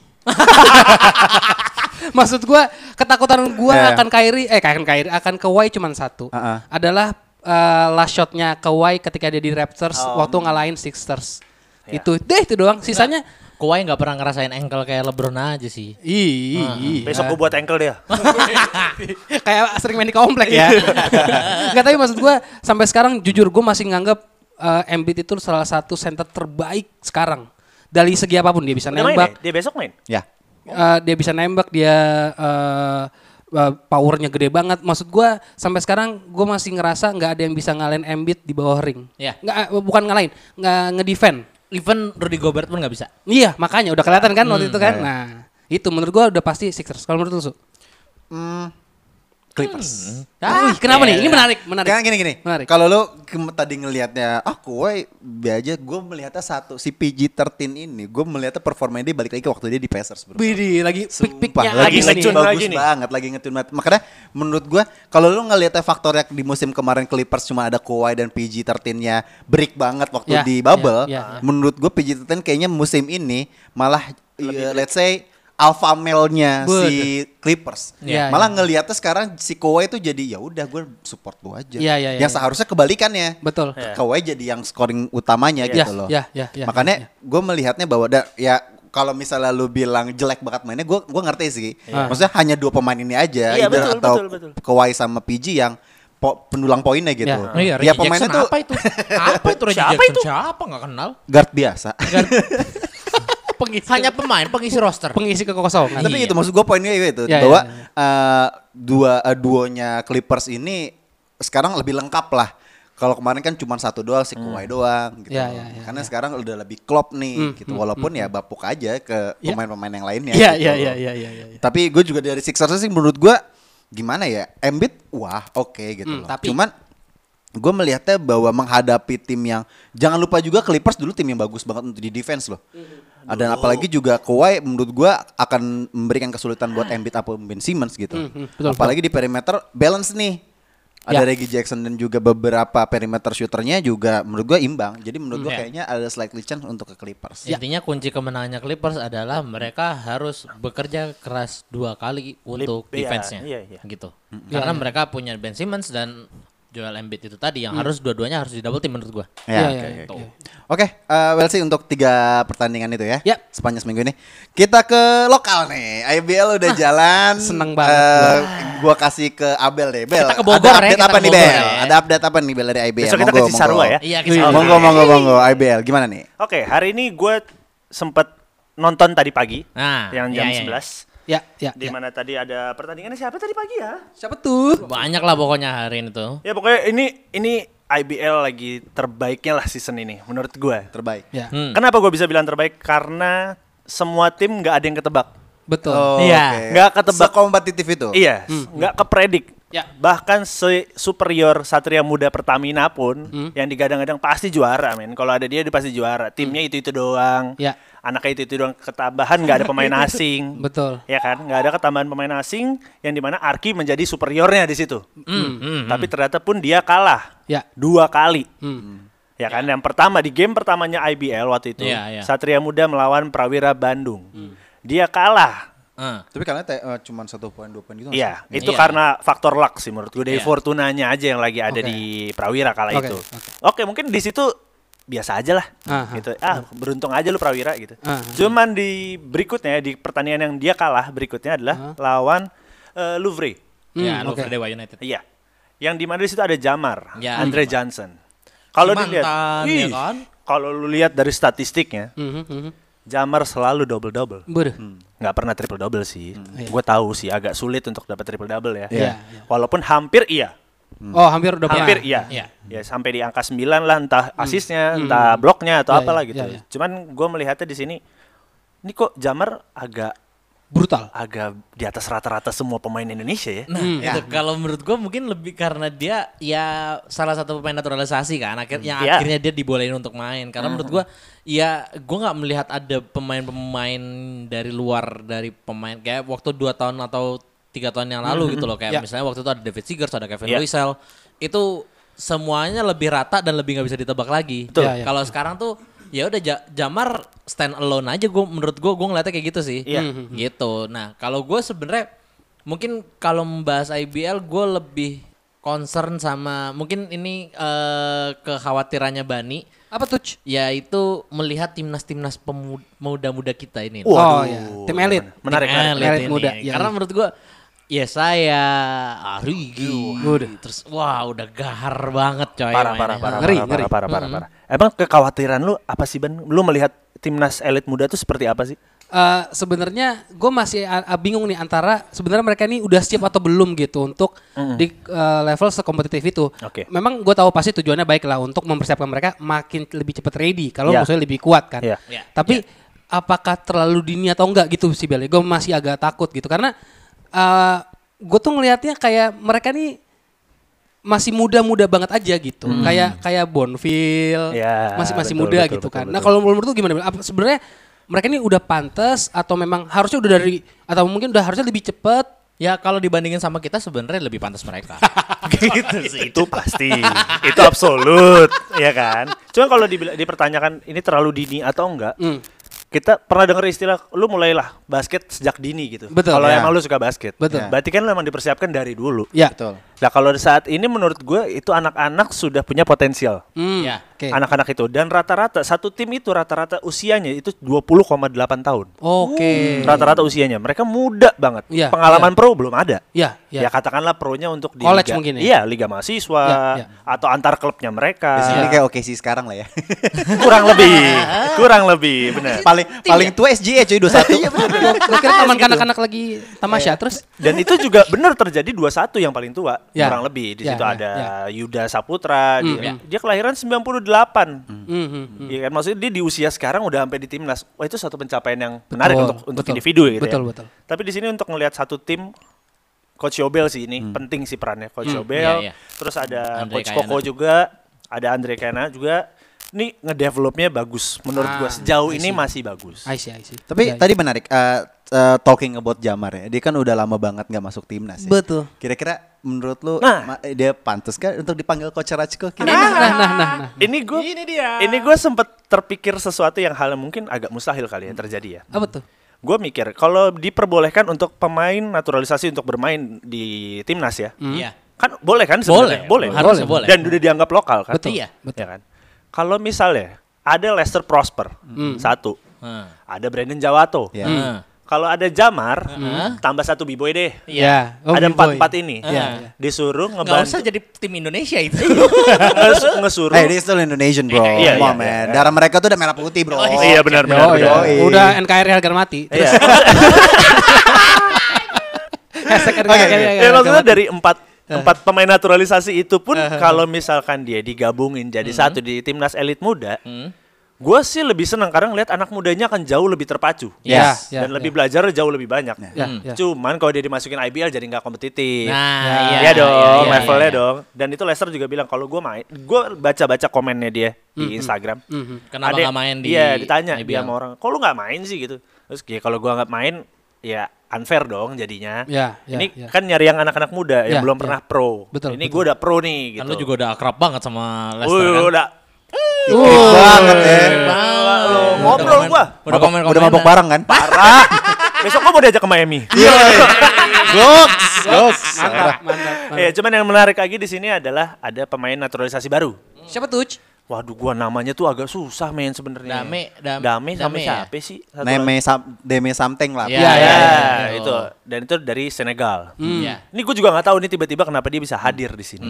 Maksud gua ketakutan gua Ya, ya. akan Kyrie eh akan Kyrie akan Kawhi cuman satu. Ah, Adalah eh, last shotnya Kawhi ketika dia di Raptors Oh. waktu ngalahin Sixers. Iya. Itu deh itu doang. Sisanya Kawhi nggak pernah ngerasain ankle kayak LeBron aja sih. Ih, Ah, iya. Besok gue buat ankle dia. [LAUGHS] kayak sering main di komplek [LAUGHS] ya. Enggak tapi maksud gua sampai sekarang jujur gua masih nganggap eh, Embiid itu salah satu center terbaik sekarang. Dari segi apapun dia bisa Dia main ya? nembak, Dia besok main. Ya. eh, dia bisa nembak, dia eh, eh, powernya gede banget. Maksud gua sampai sekarang gua masih ngerasa nggak ada yang bisa ngalahin Embiid di bawah ring. Iya. Nggak, eh, bukan ngalahin, nggak ngedefend. Even Rudy Gobert pun nggak bisa. Iya, makanya udah kelihatan kan waktu itu kan. Nah, itu menurut gua udah pasti Sixers. Kalau menurut lu, Su? Hmm, Clippers. Ah, kenapa nih? iya, Ini menarik, menarik. Karena Hmm. gini gini. Menarik. Kalau lu kem- tadi ngelihatnya ah Kawhi be aja gue melihatnya satu si PG-13 ini gue melihatnya performanya dia balik lagi ke waktu dia di Pacers bro. Widih, lagi Sumpah, lagi pik-piknya lagi abis nih. ngecun ngecun nih. bagus lagi nih. banget, lagi ngecun banget. Makanya menurut gua kalau lu ngelihatnya faktornya di musim kemarin Clippers cuma ada Kawhi dan PG-13-nya break banget waktu Ya, di bubble. ya, ya, ya. Menurut gua PG-13 kayaknya musim ini malah ya, let's say alpha male-nya Betul. si Clippers. Ya, malah ngelihatnya sekarang si Kawhi itu jadi ya udah gua support lu aja. Ya, ya, ya, yang ya. seharusnya kebalikannya. Betul. Iya. Ke- Kawhi jadi yang scoring utamanya Ya, gitu loh. Iya, ya, ya, ya, ya, Makanya gue melihatnya bahwa da- ya kalau misalnya lu bilang jelek banget mainnya, gue gua ngerti sih. Iya. Ah. Maksudnya hanya dua pemain ini aja, Iya, either betul, atau betul, betul. Kawhi sama PG yang po- pendulang poinnya gitu. Ya. Iya, ya Reggie pemainnya tuh Jackson apa itu? Apa itu Reggie Siapa Jackson? itu? Siapa nggak kenal? guard biasa. Pengisi, Hanya pemain pengisi roster. Iya. pengisi kekosongan. Tapi itu maksud gue poinnya itu Ya, bahwa ya, eh, dua eh, duonya Clippers ini sekarang lebih lengkap lah. Kalau kemarin kan cuma satu doang si Hmm. Kawhi doang gitu. Ya, ya, ya, Karena sekarang udah lebih klop Hmm, nih gitu. Walaupun ya bapuk aja ke Ya. pemain-pemain yang lainnya. Iya, gitu [LAUGHS] iya, loh. iya, iya, iya, iya. Ya. Tapi gue juga dari Sixers sih menurut gue gimana ya? Embiid wah oke gitu loh. Hmm, tapi- Cuman gue melihatnya bahwa menghadapi tim yang jangan lupa juga Clippers dulu tim yang bagus banget untuk di defense loh. Hmm. Dan apalagi juga Kawhi menurut gue akan memberikan kesulitan buat Embiid atau Ben Simmons gitu. Hmm, hmm, betul, apalagi di perimeter balance nih. Ada Ya. Reggie Jackson dan juga beberapa perimeter shooternya juga menurut gue imbang. Jadi Hmm. menurut gue ya. kayaknya ada slightly chance untuk ke Ya, Clippers. Ya. Intinya kunci kemenangannya Clippers adalah mereka harus bekerja keras dua kali Lip- untuk iya, defense-nya. iya, Mm. iya. Gitu. Karena mereka punya Ben Simmons dan Joel Embiid itu tadi yang harus dua-duanya harus di double team menurut gua. Eh. Ya, Iya, oke, iya, oke, iya. oke. Oke, eh, Welsi untuk tiga pertandingan itu ya. Iya. Ya. Sepanjang seminggu ini. Kita ke lokal nih. IBL udah jalan. seneng banget Eh, gua kasih ke Abel deh. Bel, Kita ke Bogor ada ya, update kita apa ke nih Bogor Bel? ya. Ada update apa nih Bel dari IBL? Besok kita ke Cisarua ya? Iya, Wih, kita Hmm. Monggo, monggo, monggo. IBL gimana nih? Oke, hari ini gue sempet nonton tadi pagi Ah, Nah, yang jam iya, iya, 11 Ya, ya. di ya. mana tadi ada pertandingannya siapa tadi pagi ya? Siapa tuh? Banyak lah pokoknya hari ini tuh. Ya pokoknya ini ini IBL lagi terbaiknya lah season ini menurut gue. Terbaik. Ya. Hmm. Kenapa gue bisa bilang terbaik? Karena semua tim nggak ada yang ketebak. Betul. Oh. Iya. oke. Nggak ketebak. Sekompetitif itu. Iya, nggak kepredik. Ya. Bahkan se superior Satria Muda Pertamina pun Hmm. yang digadang-gadang pasti juara, men. Kalau ada dia dia pasti juara. Timnya itu-itu doang. Ya. Anaknya itu-itu doang ketambahan nggak ada pemain [LAUGHS] asing. Betul. Ya kan? nggak ada ketambahan pemain asing yang dimana Arki menjadi superiornya di situ. Hmm. Tapi ternyata pun dia kalah. Ya. Dua kali. Hmm. Ya kan, yang pertama di game pertamanya IBL waktu itu, Iya, iya. Satria Muda melawan Prawira Bandung. Hmm. Dia kalah Ah. Tapi karena te- eh, cuma satu poin dua poin gitu. nggak Iya, sih? itu Iya. karena faktor luck sih menurut gue. Dari Iya. fortunanya aja yang lagi ada Oke. di Prawira kala Oke, itu. oke. Oke, mungkin di situ biasa aja lah. Aha. Gitu. Ah, beruntung aja lu Prawira gitu. Aha. Cuman di berikutnya di pertandingan yang dia kalah berikutnya adalah lawan eh, Louvre. Ya, Hmm, lu oke. Dewa United. Iya. Yang di mana di situ ada Jamar, Ya, Andre Jamar. Johnson. Kalau Si dilihat, mantan, ya Ih, kan? kalau lu lihat dari statistiknya, Mhm, mhm. Jamar selalu double double Beuh. nggak pernah triple double sih. Iya. Gue tahu sih agak sulit untuk dapat triple double ya. Iya. Walaupun hampir iya. Oh, hampir udah pernah. Hampir iya. Iya. Ya sampai di angka 9 lah entah asisnya, entah bloknya atau Hmm. Iya, apalah iya, gitu. iya, iya. Cuman gue melihatnya di sini ini kok Jamar agak Brutal. agak di atas rata-rata semua pemain Indonesia ya. Nah, Hmm, itu kalau menurut gua mungkin lebih karena dia ya salah satu pemain naturalisasi kan akhir yang Iya. akhirnya dia dibolehin untuk main. Karena menurut gua ya gua nggak melihat ada pemain-pemain dari luar dari pemain kayak waktu dua tahun atau tiga tahun yang lalu gitu loh Ya. kayak misalnya waktu itu ada David Seagers, ada Kevin Ya. Luisel. Itu semuanya lebih rata dan lebih nggak bisa ditebak lagi. Betul. Ya, ya. Kalau sekarang tuh ya udah Ja- Jamar stand alone aja gua menurut gua gua ngeliatnya kayak gitu sih. Iya. Gitu. Nah, kalau gue sebenarnya mungkin kalau membahas IBL gue lebih concern sama mungkin ini eh, kekhawatirannya Bani Apa tuh? yaitu melihat timnas-timnas pemu- muda-muda kita ini. Waduh. Oh, iya. Tim elit. Uh, Menarik, Tim menarik. elit Elit ini. muda, iya. Karena menurut gue ya saya Arigi Waduh. terus wah udah gahar banget coy Parah, mainnya. parah, parah, Ngeri, parah, ngeri. parah, parah, parah, parah. Emang kekhawatiran lu apa sih Ben? Lu melihat timnas elit muda tuh seperti apa [LAUGHS] sih? Eh, sebenarnya gue masih a- a- bingung nih antara sebenarnya mereka ini udah siap atau belum gitu untuk di eh, level sekompetitif itu. Oke. Memang gue tahu pasti tujuannya baik lah untuk mempersiapkan mereka makin lebih cepat ready kalau Iya. maksudnya lebih kuat kan. Iya. Iya. Tapi apakah terlalu dini atau enggak gitu sih Bel? Gue masih agak takut gitu karena gue tuh ngelihatnya kayak mereka nih masih muda-muda banget aja gitu. Kayak kayak Bonfil Hmm. Ya, masih masih betul, muda betul, gitu betul, kan. betul. Nah, kalau menurut lu gimana? Bel? Apa- Sebenarnya mereka ini udah pantas atau memang harusnya udah dari atau mungkin udah harusnya lebih cepet Ya kalau dibandingin sama kita sebenarnya lebih pantas mereka. gitu sih. itu [LAUGHS] pasti itu absolut ya kan cuma kalau dibila- dipertanyakan ini terlalu dini atau enggak Hmm, kita pernah dengar istilah lu mulailah basket sejak dini gitu Betul. kalau Ya. emang lu suka basket Betul. Ya. berarti kan lu emang dipersiapkan dari dulu Ya. Betul. nah kalau saat ini menurut gue itu anak-anak sudah punya potensial Hmm. Ya. Oke. anak-anak itu dan rata-rata satu tim itu rata-rata usianya itu 20,8 tahun Oke. rata-rata usianya mereka muda banget Hmm. Iya, pengalaman pro belum ada Ya, ya. Ya katakanlah pro-nya untuk di College liga, mungkin ya? Iya, liga mahasiswa Ya, ya. atau antar klubnya mereka. Di Iya. sini kayak oke sih sekarang lah ya. [LAUGHS] kurang [LAUGHS] lebih, kurang lebih, benar. [LAUGHS] paling ya? paling tua SGE cuy 21. Iya, Gua- gua kira taman gitu. kanak-kanak lagi Iya. tamasya terus. Dan itu juga benar terjadi 21 yang paling tua, Ya. kurang lebih. Di Ya, situ ya, ada ya. Yuda Saputra, dia, iya. dia kelahiran 98. Hmm, hmm. Iya kan maksudnya dia di usia sekarang udah sampai di timnas. Wah, itu satu pencapaian yang menarik Betul, untuk untuk betul. individu gitu Betul, ya. betul. Tapi di sini untuk ngelihat satu tim Coach Yobel sih ini penting sih perannya Coach Yobel. Hmm. iya, iya. Terus ada Andre Coach Kayana. Koko juga, ada Andre Kena juga. Ini ngedevelopnya bagus menurut Ah, gua sejauh iya ini masih bagus. I see, I see. Tapi Ya, ya. tadi menarik eh, eh, talking about Jamar ya. Dia kan udah lama banget nggak masuk timnas. Ya. Betul. Kira-kira menurut lu Nah. ma- dia pantas kan untuk dipanggil coach Rachko? Kira nah, nah, nah, nah, nah. Ini gue, ini dia. Ini gue sempet terpikir sesuatu yang hal yang mungkin agak mustahil kali ya Hmm. terjadi ya. Apa tuh? Gue mikir kalau diperbolehkan untuk pemain naturalisasi untuk bermain di timnas ya, Iya. Kan boleh kan sebenarnya? Boleh, harusnya boleh. Dan udah dianggap lokal kan? Betul. Iya, Ya kan? Kalau misalnya ada Lester Prosper, Hmm. satu. Heeh. Ada Brandon Jawato. Hmm. Ya. Heeh. Kalau ada Jamar, Hmm. hmm, tambah satu B-boy deh. Iya. Oh, ada big boy. empat-empat ini. Iya. Disuruh Nggak ngebantu, usah Eh, jadi tim Indonesia itu. [LAUGHS] nges- ngesuruh. Hey, this Eh, is still Indonesian bro. Iya, iya, Come on, man. iya. Darah mereka tuh udah merah putih bro. iya benar benar. Oh, benar. iya. Yoi. Udah NKRI harga mati. Iya. [LAUGHS] [LAUGHS] Hashtag NKRI Oke, harga oke. Ya, harga maksudnya mati. dari empat empat pemain naturalisasi itu pun kalau misalkan dia digabungin jadi satu di timnas elit muda, gue sih lebih senang karena ngeliat anak mudanya akan jauh lebih terpacu. Ya, Yes. ya, dan ya. lebih belajar jauh lebih banyak. Hmm. Ya, ya. Cuman kalau dia dimasukin IBL jadi nggak kompetitif. Nah, iya, Iya dong, iya, iya, levelnya iya. dong. Dan itu Lester juga bilang kalau gue main, gue baca-baca komennya dia di Instagram. [LAUGHS] Hmm, Kenapa Ada- nggak main di Iya, ditanya dia IBL? sama orang. Kok lu nggak main sih gitu? Terus ya kalau gue nggak main, ya unfair dong jadinya. Ya, ya, Ini ya. kan nyari yang anak-anak muda yang Ya, belum ya. pernah pro. Betul, Ini betul. gue udah pro nih gitu. Kan lu juga udah akrab banget sama Leicester Wih, kan? udah Dikit banget ya. Banget. Lu Udah ngobrol komen- gua. Udah Mabok- komen-komen. udah mabok bareng kan? parah. Besok gue mau diajak ke Miami. Iya. Goks, goks. Mantap, mantap. mantap. Iya, cuman yang menarik lagi di sini adalah ada pemain naturalisasi baru. Siapa tuh? Uj? Waduh, gua namanya tuh agak susah main sebenarnya. Dame- Dam- Dame sama Dame ya? siapa sih? Satu Neme sam- deme something lah. Iya, lagi. Ya, iya, Oh. ya, itu. Dan itu dari Senegal. Hmm. Iya. Ini gue juga nggak tahu nih tiba-tiba kenapa dia bisa hadir di [LAUGHS] Hmm. sini.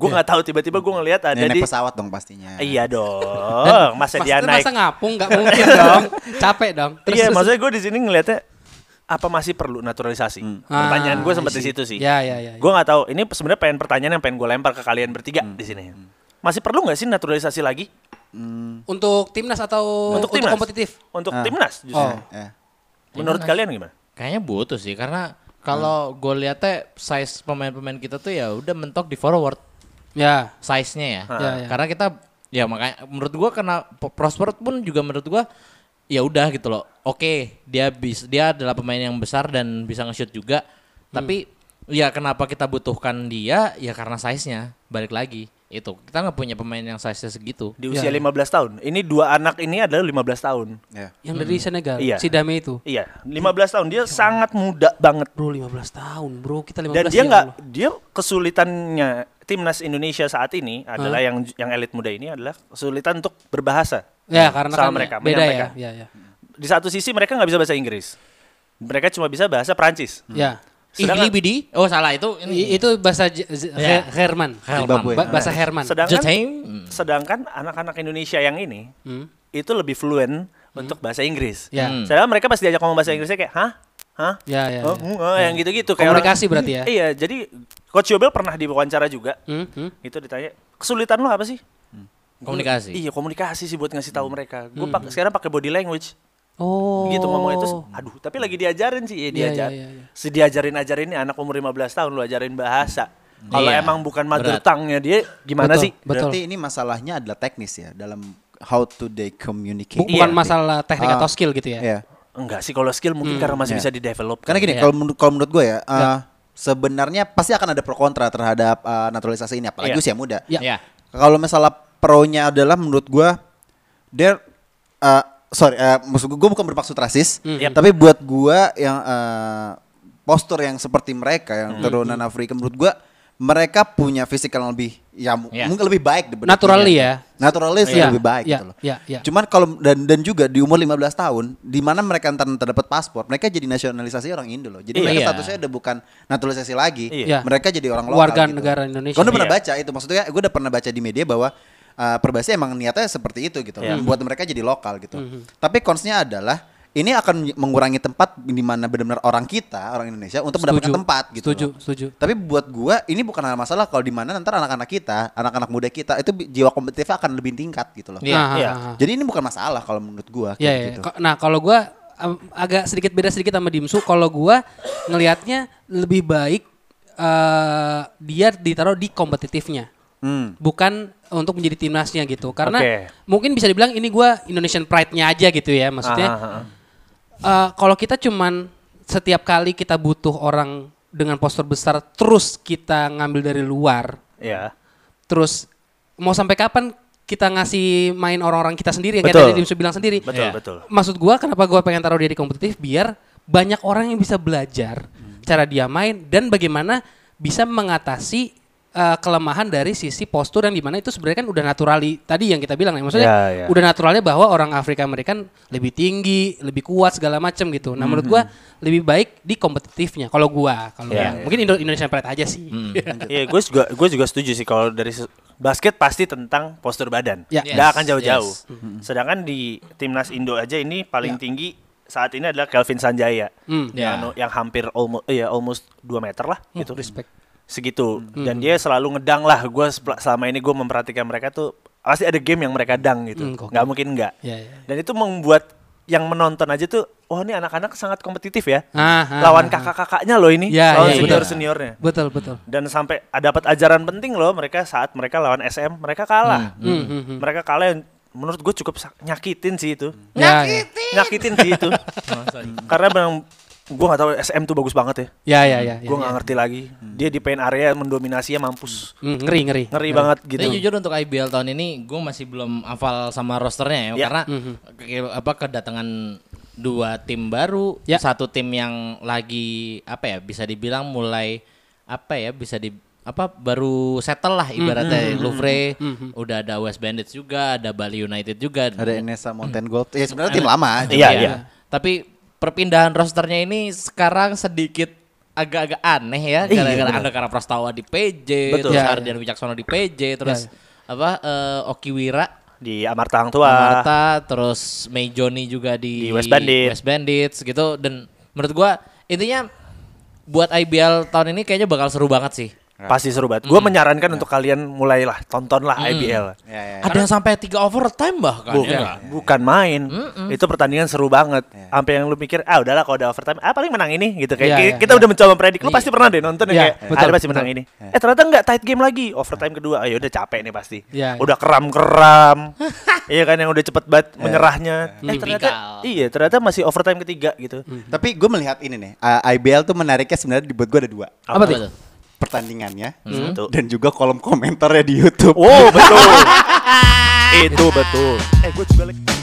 gue nggak tahu tiba-tiba gue ngelihat ada di Nenek pesawat dong pastinya. Iya dong, masa Pasti dia naik. masa ngapung nggak mungkin [LAUGHS] dong. Capek dong. Terus, Iya, terus. maksudnya gue di sini ngelihatnya apa masih perlu naturalisasi? Pertanyaan gue Ah, sempat I di see. situ sih. Ya, ya, ya. Hmm. Gue nggak tahu. Ini sebenarnya pengen pertanyaan yang pengen gue lempar ke kalian bertiga di sini. Masih perlu nggak sih naturalisasi lagi Untuk timnas atau untuk, timnas? kompetitif? Untuk Ah. timnas justru. Oh. Ya. Menurut kalian gimana? Kayaknya butuh sih karena kalau gue lihatnya size pemain-pemain kita tuh ya udah mentok di forward Ya. size-nya ya. Ya, ya. Karena kita ya makanya menurut gua karena P- Prosper pun juga menurut gua ya udah gitu loh. Oke, dia bis, dia adalah pemain yang besar dan bisa nge-shoot juga. Tapi ya kenapa kita butuhkan dia? Ya karena size-nya. Balik lagi itu. Kita nggak punya pemain yang size-nya segitu. Di usia Ya, ya. 15 tahun. Ini dua anak ini adalah 15 tahun. Ya. Yang dari Senegal, Iya. si Dame itu. Iya, 15 tahun dia Iya. sangat muda banget. Bro 15 tahun, bro. Kita 15 Dan dia ya nggak Allah. dia kesulitannya timnas Indonesia saat ini adalah yang yang elit muda ini adalah kesulitan untuk berbahasa. Ya, karena Hmm, sama kan mereka, beda ya. menyampaikan. Hmm. Ya, ya. Di satu sisi mereka nggak bisa bahasa Inggris. Mereka cuma bisa bahasa Perancis. Ya. Igli Sedangkan- Bidi? Oh salah itu I- ini. itu bahasa J- Z- Ya. He- Herman. Zimbabwe. Hmm. Ba- bahasa Herman. Sedangkan Hmm. Jateng. sedangkan anak-anak Indonesia yang ini itu lebih fluent untuk bahasa Inggris. Hmm. Ya. Hmm. Sedangkan mereka pas diajak ngomong bahasa Inggrisnya kayak, "Hah? Hah?" Ya, ya, Oh, ya. hmm, oh," yang gitu-gitu kayak orang- Komunikasi berarti ya. Iya, jadi Coach Yobel pernah diwawancara juga. Hmm, hmm. Itu ditanya, "Kesulitan lo apa sih?" Komunikasi. Iya, komunikasi sih buat ngasih tahu mereka. Gue sekarang pakai body language. Oh. Gitu ngomong itu, aduh, tapi lagi diajarin sih, iya Iya, diajar. iya, iya, Si diajarin ajarin nih anak umur 15 tahun lu ajarin bahasa. Kalau Iya, emang bukan mother berat. tongue-nya dia gimana Betul, sih? Betul. Berarti ini masalahnya adalah teknis ya dalam how to they communicate. Bu- bukan Iya. masalah Ah. teknik atau skill gitu ya. Iya. Enggak sih kalau skill mungkin karena masih bisa di develop. Ah, Karena gini, kalau menurut kalau menurut gue ya, eh, sebenarnya pasti akan ada pro kontra terhadap eh, naturalisasi ini apalagi Iya. usia muda. Iya. Ya. Kalau masalah pro-nya adalah menurut gua there eh, sorry, eh, maksud gua, gua bukan bermaksud rasis, Yep. tapi buat gua yang eh, postur yang seperti mereka yang turunan Afrika menurut gua mereka punya fisik yang lebih ya mu- Iya. mungkin lebih baik daripada Naturally punya- ya. Naturally sih Iya, lebih baik iya, gitu loh. iya, iya. Cuman kalau dan dan juga di umur 15 tahun di mana mereka ntar ntar dapat paspor, mereka jadi nasionalisasi orang Indo loh. Jadi Iya. mereka statusnya udah bukan naturalisasi lagi. Iya. Mereka jadi orang lokal Warga gitu. negara Indonesia. Gua udah pernah Iya. baca itu maksudnya gue udah pernah baca di media bahwa uh, perbasi emang niatnya seperti itu gitu Iya. buat mereka jadi lokal gitu tapi konsnya adalah ini akan mengurangi tempat di mana benar-benar orang kita orang Indonesia untuk mendapatkan tempat gitu Setuju, loh. setuju. tapi buat gua ini bukan hal masalah kalau di mana nanti anak-anak kita anak-anak muda kita itu bi- jiwa kompetitifnya akan lebih tingkat gitu loh Iya. Ah, ah, iya. ah, ah. jadi ini bukan masalah kalau menurut gua kayak Ya, ya. gitu. Ko- Nah, kalau gua em, agak sedikit beda sedikit sama Dimsu. Kalau gua ngelihatnya lebih baik eh, dia ditaruh di kompetitifnya. Hmm. Bukan untuk menjadi timnasnya gitu. Karena Oke. mungkin bisa dibilang ini gua Indonesian pride-nya aja gitu ya maksudnya. ah, eh, kalau kita cuman setiap kali kita butuh orang dengan postur besar terus kita ngambil dari luar, Ya. terus mau sampai kapan kita ngasih main orang-orang kita sendiri yang Betul. kayak tadi Dimsu bilang sendiri Betul, Iya. betul. maksud gua kenapa gua pengen taruh Hmm. dia di kompetitif biar banyak orang yang bisa belajar cara dia main dan bagaimana bisa mengatasi eh, kelemahan dari sisi postur yang dimana itu sebenarnya kan udah naturali tadi yang kita bilang ya maksudnya Ya, ya. udah naturalnya bahwa orang Afrika American lebih tinggi lebih kuat segala macam gitu nah menurut gua lebih baik di kompetitifnya kalau gua kalau Hmm. Ya. yang- mungkin Indo- Indonesian Pride aja sih [LAUGHS] Ya, Iya, gue juga gue juga setuju sih kalau dari se- basket pasti tentang postur badan. Ya. Nggak Yes, akan jauh-jauh. Mm-hmm. Sedangkan di timnas Indo aja ini paling tinggi saat ini adalah Kelvin Sanjaya. Ya. Hmm. Ya. Yang, anu- yang hampir almost ya almost 2 meter lah gitu. respect. Hmm. Segitu. Dan dia selalu ngedang lah. Gue selama ini gue memperhatikan mereka tuh pasti ada game yang mereka dang gitu. Hmm, Nggak gokil. mungkin nggak. Ya, ya. Dan itu membuat yang menonton aja tuh, wah ini anak-anak sangat kompetitif ya. Ah, ah, Lawan ah, ah. kakak-kakaknya loh ini, Ya, lawan ya, ya. senior-seniornya betul betul dan sampai dapat ajaran penting loh mereka saat mereka lawan SM mereka kalah Hmm, hmm, hmm. mereka kalah yang menurut gue cukup sak- nyakitin sih itu ya, ya. gitu. nyakitin sih itu iya? karena memang gue gak tahu SM tuh bagus banget ya ya ya ya, ya, gue ya. nggak ngerti lagi dia di paint area mendominasinya mampus Hmm, Iya, ngeri ngeri ngeri banget gitu Tapi jujur untuk IBL tahun ini gue masih belum hafal sama rosternya ya, Ya. karena ke- apa kedatangan dua tim baru, Ya. satu tim yang lagi apa ya bisa dibilang mulai apa ya bisa di apa baru settle lah ibaratnya Louvre udah ada West Bandits juga, ada Bali United juga. Ada Enesa Mountain Gold. Ya sebenarnya tim lama. aja. Iya, Iya, iya. Tapi perpindahan rosternya ini sekarang sedikit agak-agak aneh ya gara-gara ada Kara Prastawa di PJ, Betul. terus Iya, iya. Ardian Wicaksono di PJ, terus Iya, apa eh, Oki Wira, di Amarta Hang Tua Marta, terus Mei Joni juga di, Di West Bandit. West Bandits gitu dan menurut gua intinya buat IBL tahun ini kayaknya bakal seru banget sih. pasti seru Hmm. banget gue menyarankan Iya. untuk kalian mulailah tontonlah IBL Ya, ya, ya. Ada sampai tiga overtime bahkan ya Bukan, nggak? bukan main. Itu pertandingan seru banget. Sampai yang lu pikir, ah udahlah kalau udah overtime, ah paling menang ini gitu. Kayak Iya, ki- iya, kita udah mencoba predik. Lu pasti pernah deh nonton yang Iya, kayak, betul, ada pasti menang betul. ini. Eh ternyata enggak tight game lagi. Overtime kedua, ayo udah capek nih pasti. Iya, iya. Udah [LAUGHS] keram-keram. iya kan yang udah cepet banget menyerahnya. Eh ternyata Tipikal. iya, ternyata masih overtime ketiga gitu. Tapi gue melihat ini nih, uh, IBL tuh menariknya sebenarnya dibuat gue ada dua Apa tuh? pertandingannya Satu. dan juga [LAUGHS] kolom komentarnya di YouTube. Wow, betul. Itu betul. Eh gue juga lagi-